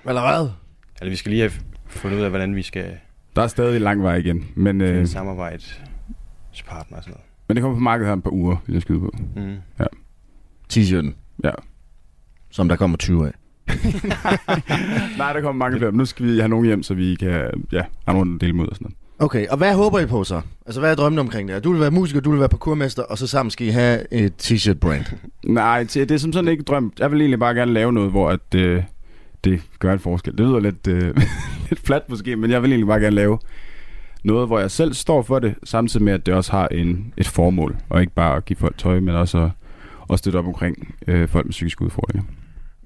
C: Eller hvad?
F: Eller Altså, vi skal lige have fundet ud af, hvordan vi skal
E: Der er stadig lang vej igen, men,
F: finde
E: øh,
F: samarbejdspartner og sådan
E: men det kommer på markedet her om et par uger, vil jeg skyde på.
F: noget. Mm.
C: T-shirten,
E: Ja.
C: som der kommer 20 af.
E: Nej, der kommer mange flere, men nu skal vi have nogen hjem, så vi kan ja, have nogen at dele mod og sådan noget.
C: Okay, og hvad håber I på så? Altså, hvad er drømmen omkring det her? Du vil være musiker, du vil være parkourmester, og så sammen skal I have et t-shirt-brand.
E: Nej, det det er som sådan ikke drømt. Jeg vil egentlig bare gerne lave noget, hvor at, øh, det gør en forskel. Det lyder lidt, øh, lidt fladt måske, men jeg vil egentlig bare gerne lave noget, hvor jeg selv står for det, samtidig med, at det også har en, et formål, og ikke bare at give folk tøj, men også at, at støtte op omkring øh, folk med psykiske udfordringer.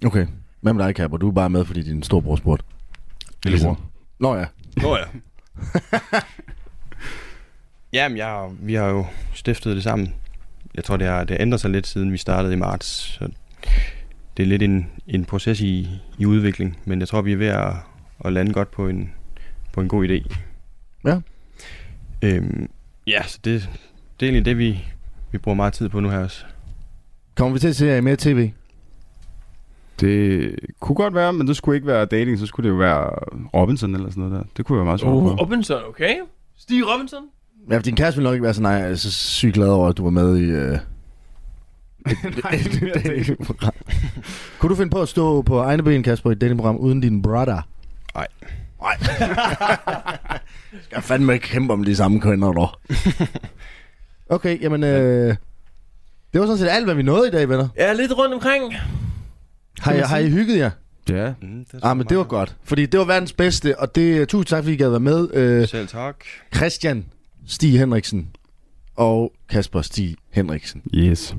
C: Okay. Hvad med dig, Kapper? Du er bare med, fordi din storbror spurgte.
E: Lillebror.
C: Nå ja.
F: Nå ja. Jamen, jeg, vi har jo stiftet det sammen. Jeg tror, det har, det har ændret sig lidt, siden vi startede i marts. Så det er lidt en, en proces i, i udvikling, men jeg tror, vi er ved at, at lande godt på en, på en god idé.
C: Ja.
F: Øhm, ja, så det, det er egentlig det, vi, vi bruger meget tid på nu her også.
C: Kommer vi til at se jer i mere tv?
E: Det kunne godt være, men det skulle ikke være dating, så skulle det jo være Robinson eller sådan noget der. Det kunne være meget sjovt.
D: Uh,
E: Uh,
D: Robinson, okay. Stig Robinson?
C: Ja, for din kæreste ville nok ikke være så, nej, så sygt glad over, at du var med i... Øh,
E: Nej, det er det ikke.
C: datingprogram. Kunne du finde på at stå på egne ben, Kasper, i et datingprogram uden din brother?
F: Nej.
C: Nej. Skal fandme ikke kæmpe om de samme kønner, dog. Okay, jamen... Øh, det var sådan set alt, hvad vi nåede i dag, venner.
D: Ja, lidt rundt omkring.
C: Har I, har I hygget jer?
E: Ja.
F: Mm, det er
C: Ah, men det var godt. Fordi det var verdens bedste, og det, øh, tusind tak, fordi I gad være med. Øh,
F: Selv tak.
C: Christian Stig Henriksen og Kasper Stig Henriksen.
E: Yes.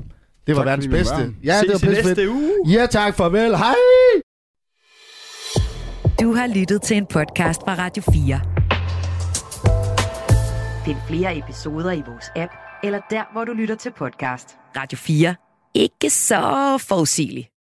C: Det var
E: Tak,
C: verdens
E: fordi vi
C: bedste.
E: var her.
C: Ja, det var
D: Ses i
C: pissefedt.
D: næste uge.
C: Ja, tak. Farvel. Hej.
A: Du har lyttet til en podcast fra Radio 4.
I: Find flere episoder i vores app, eller der, hvor du lytter til podcast.
A: Radio 4. Ikke så forudsigeligt.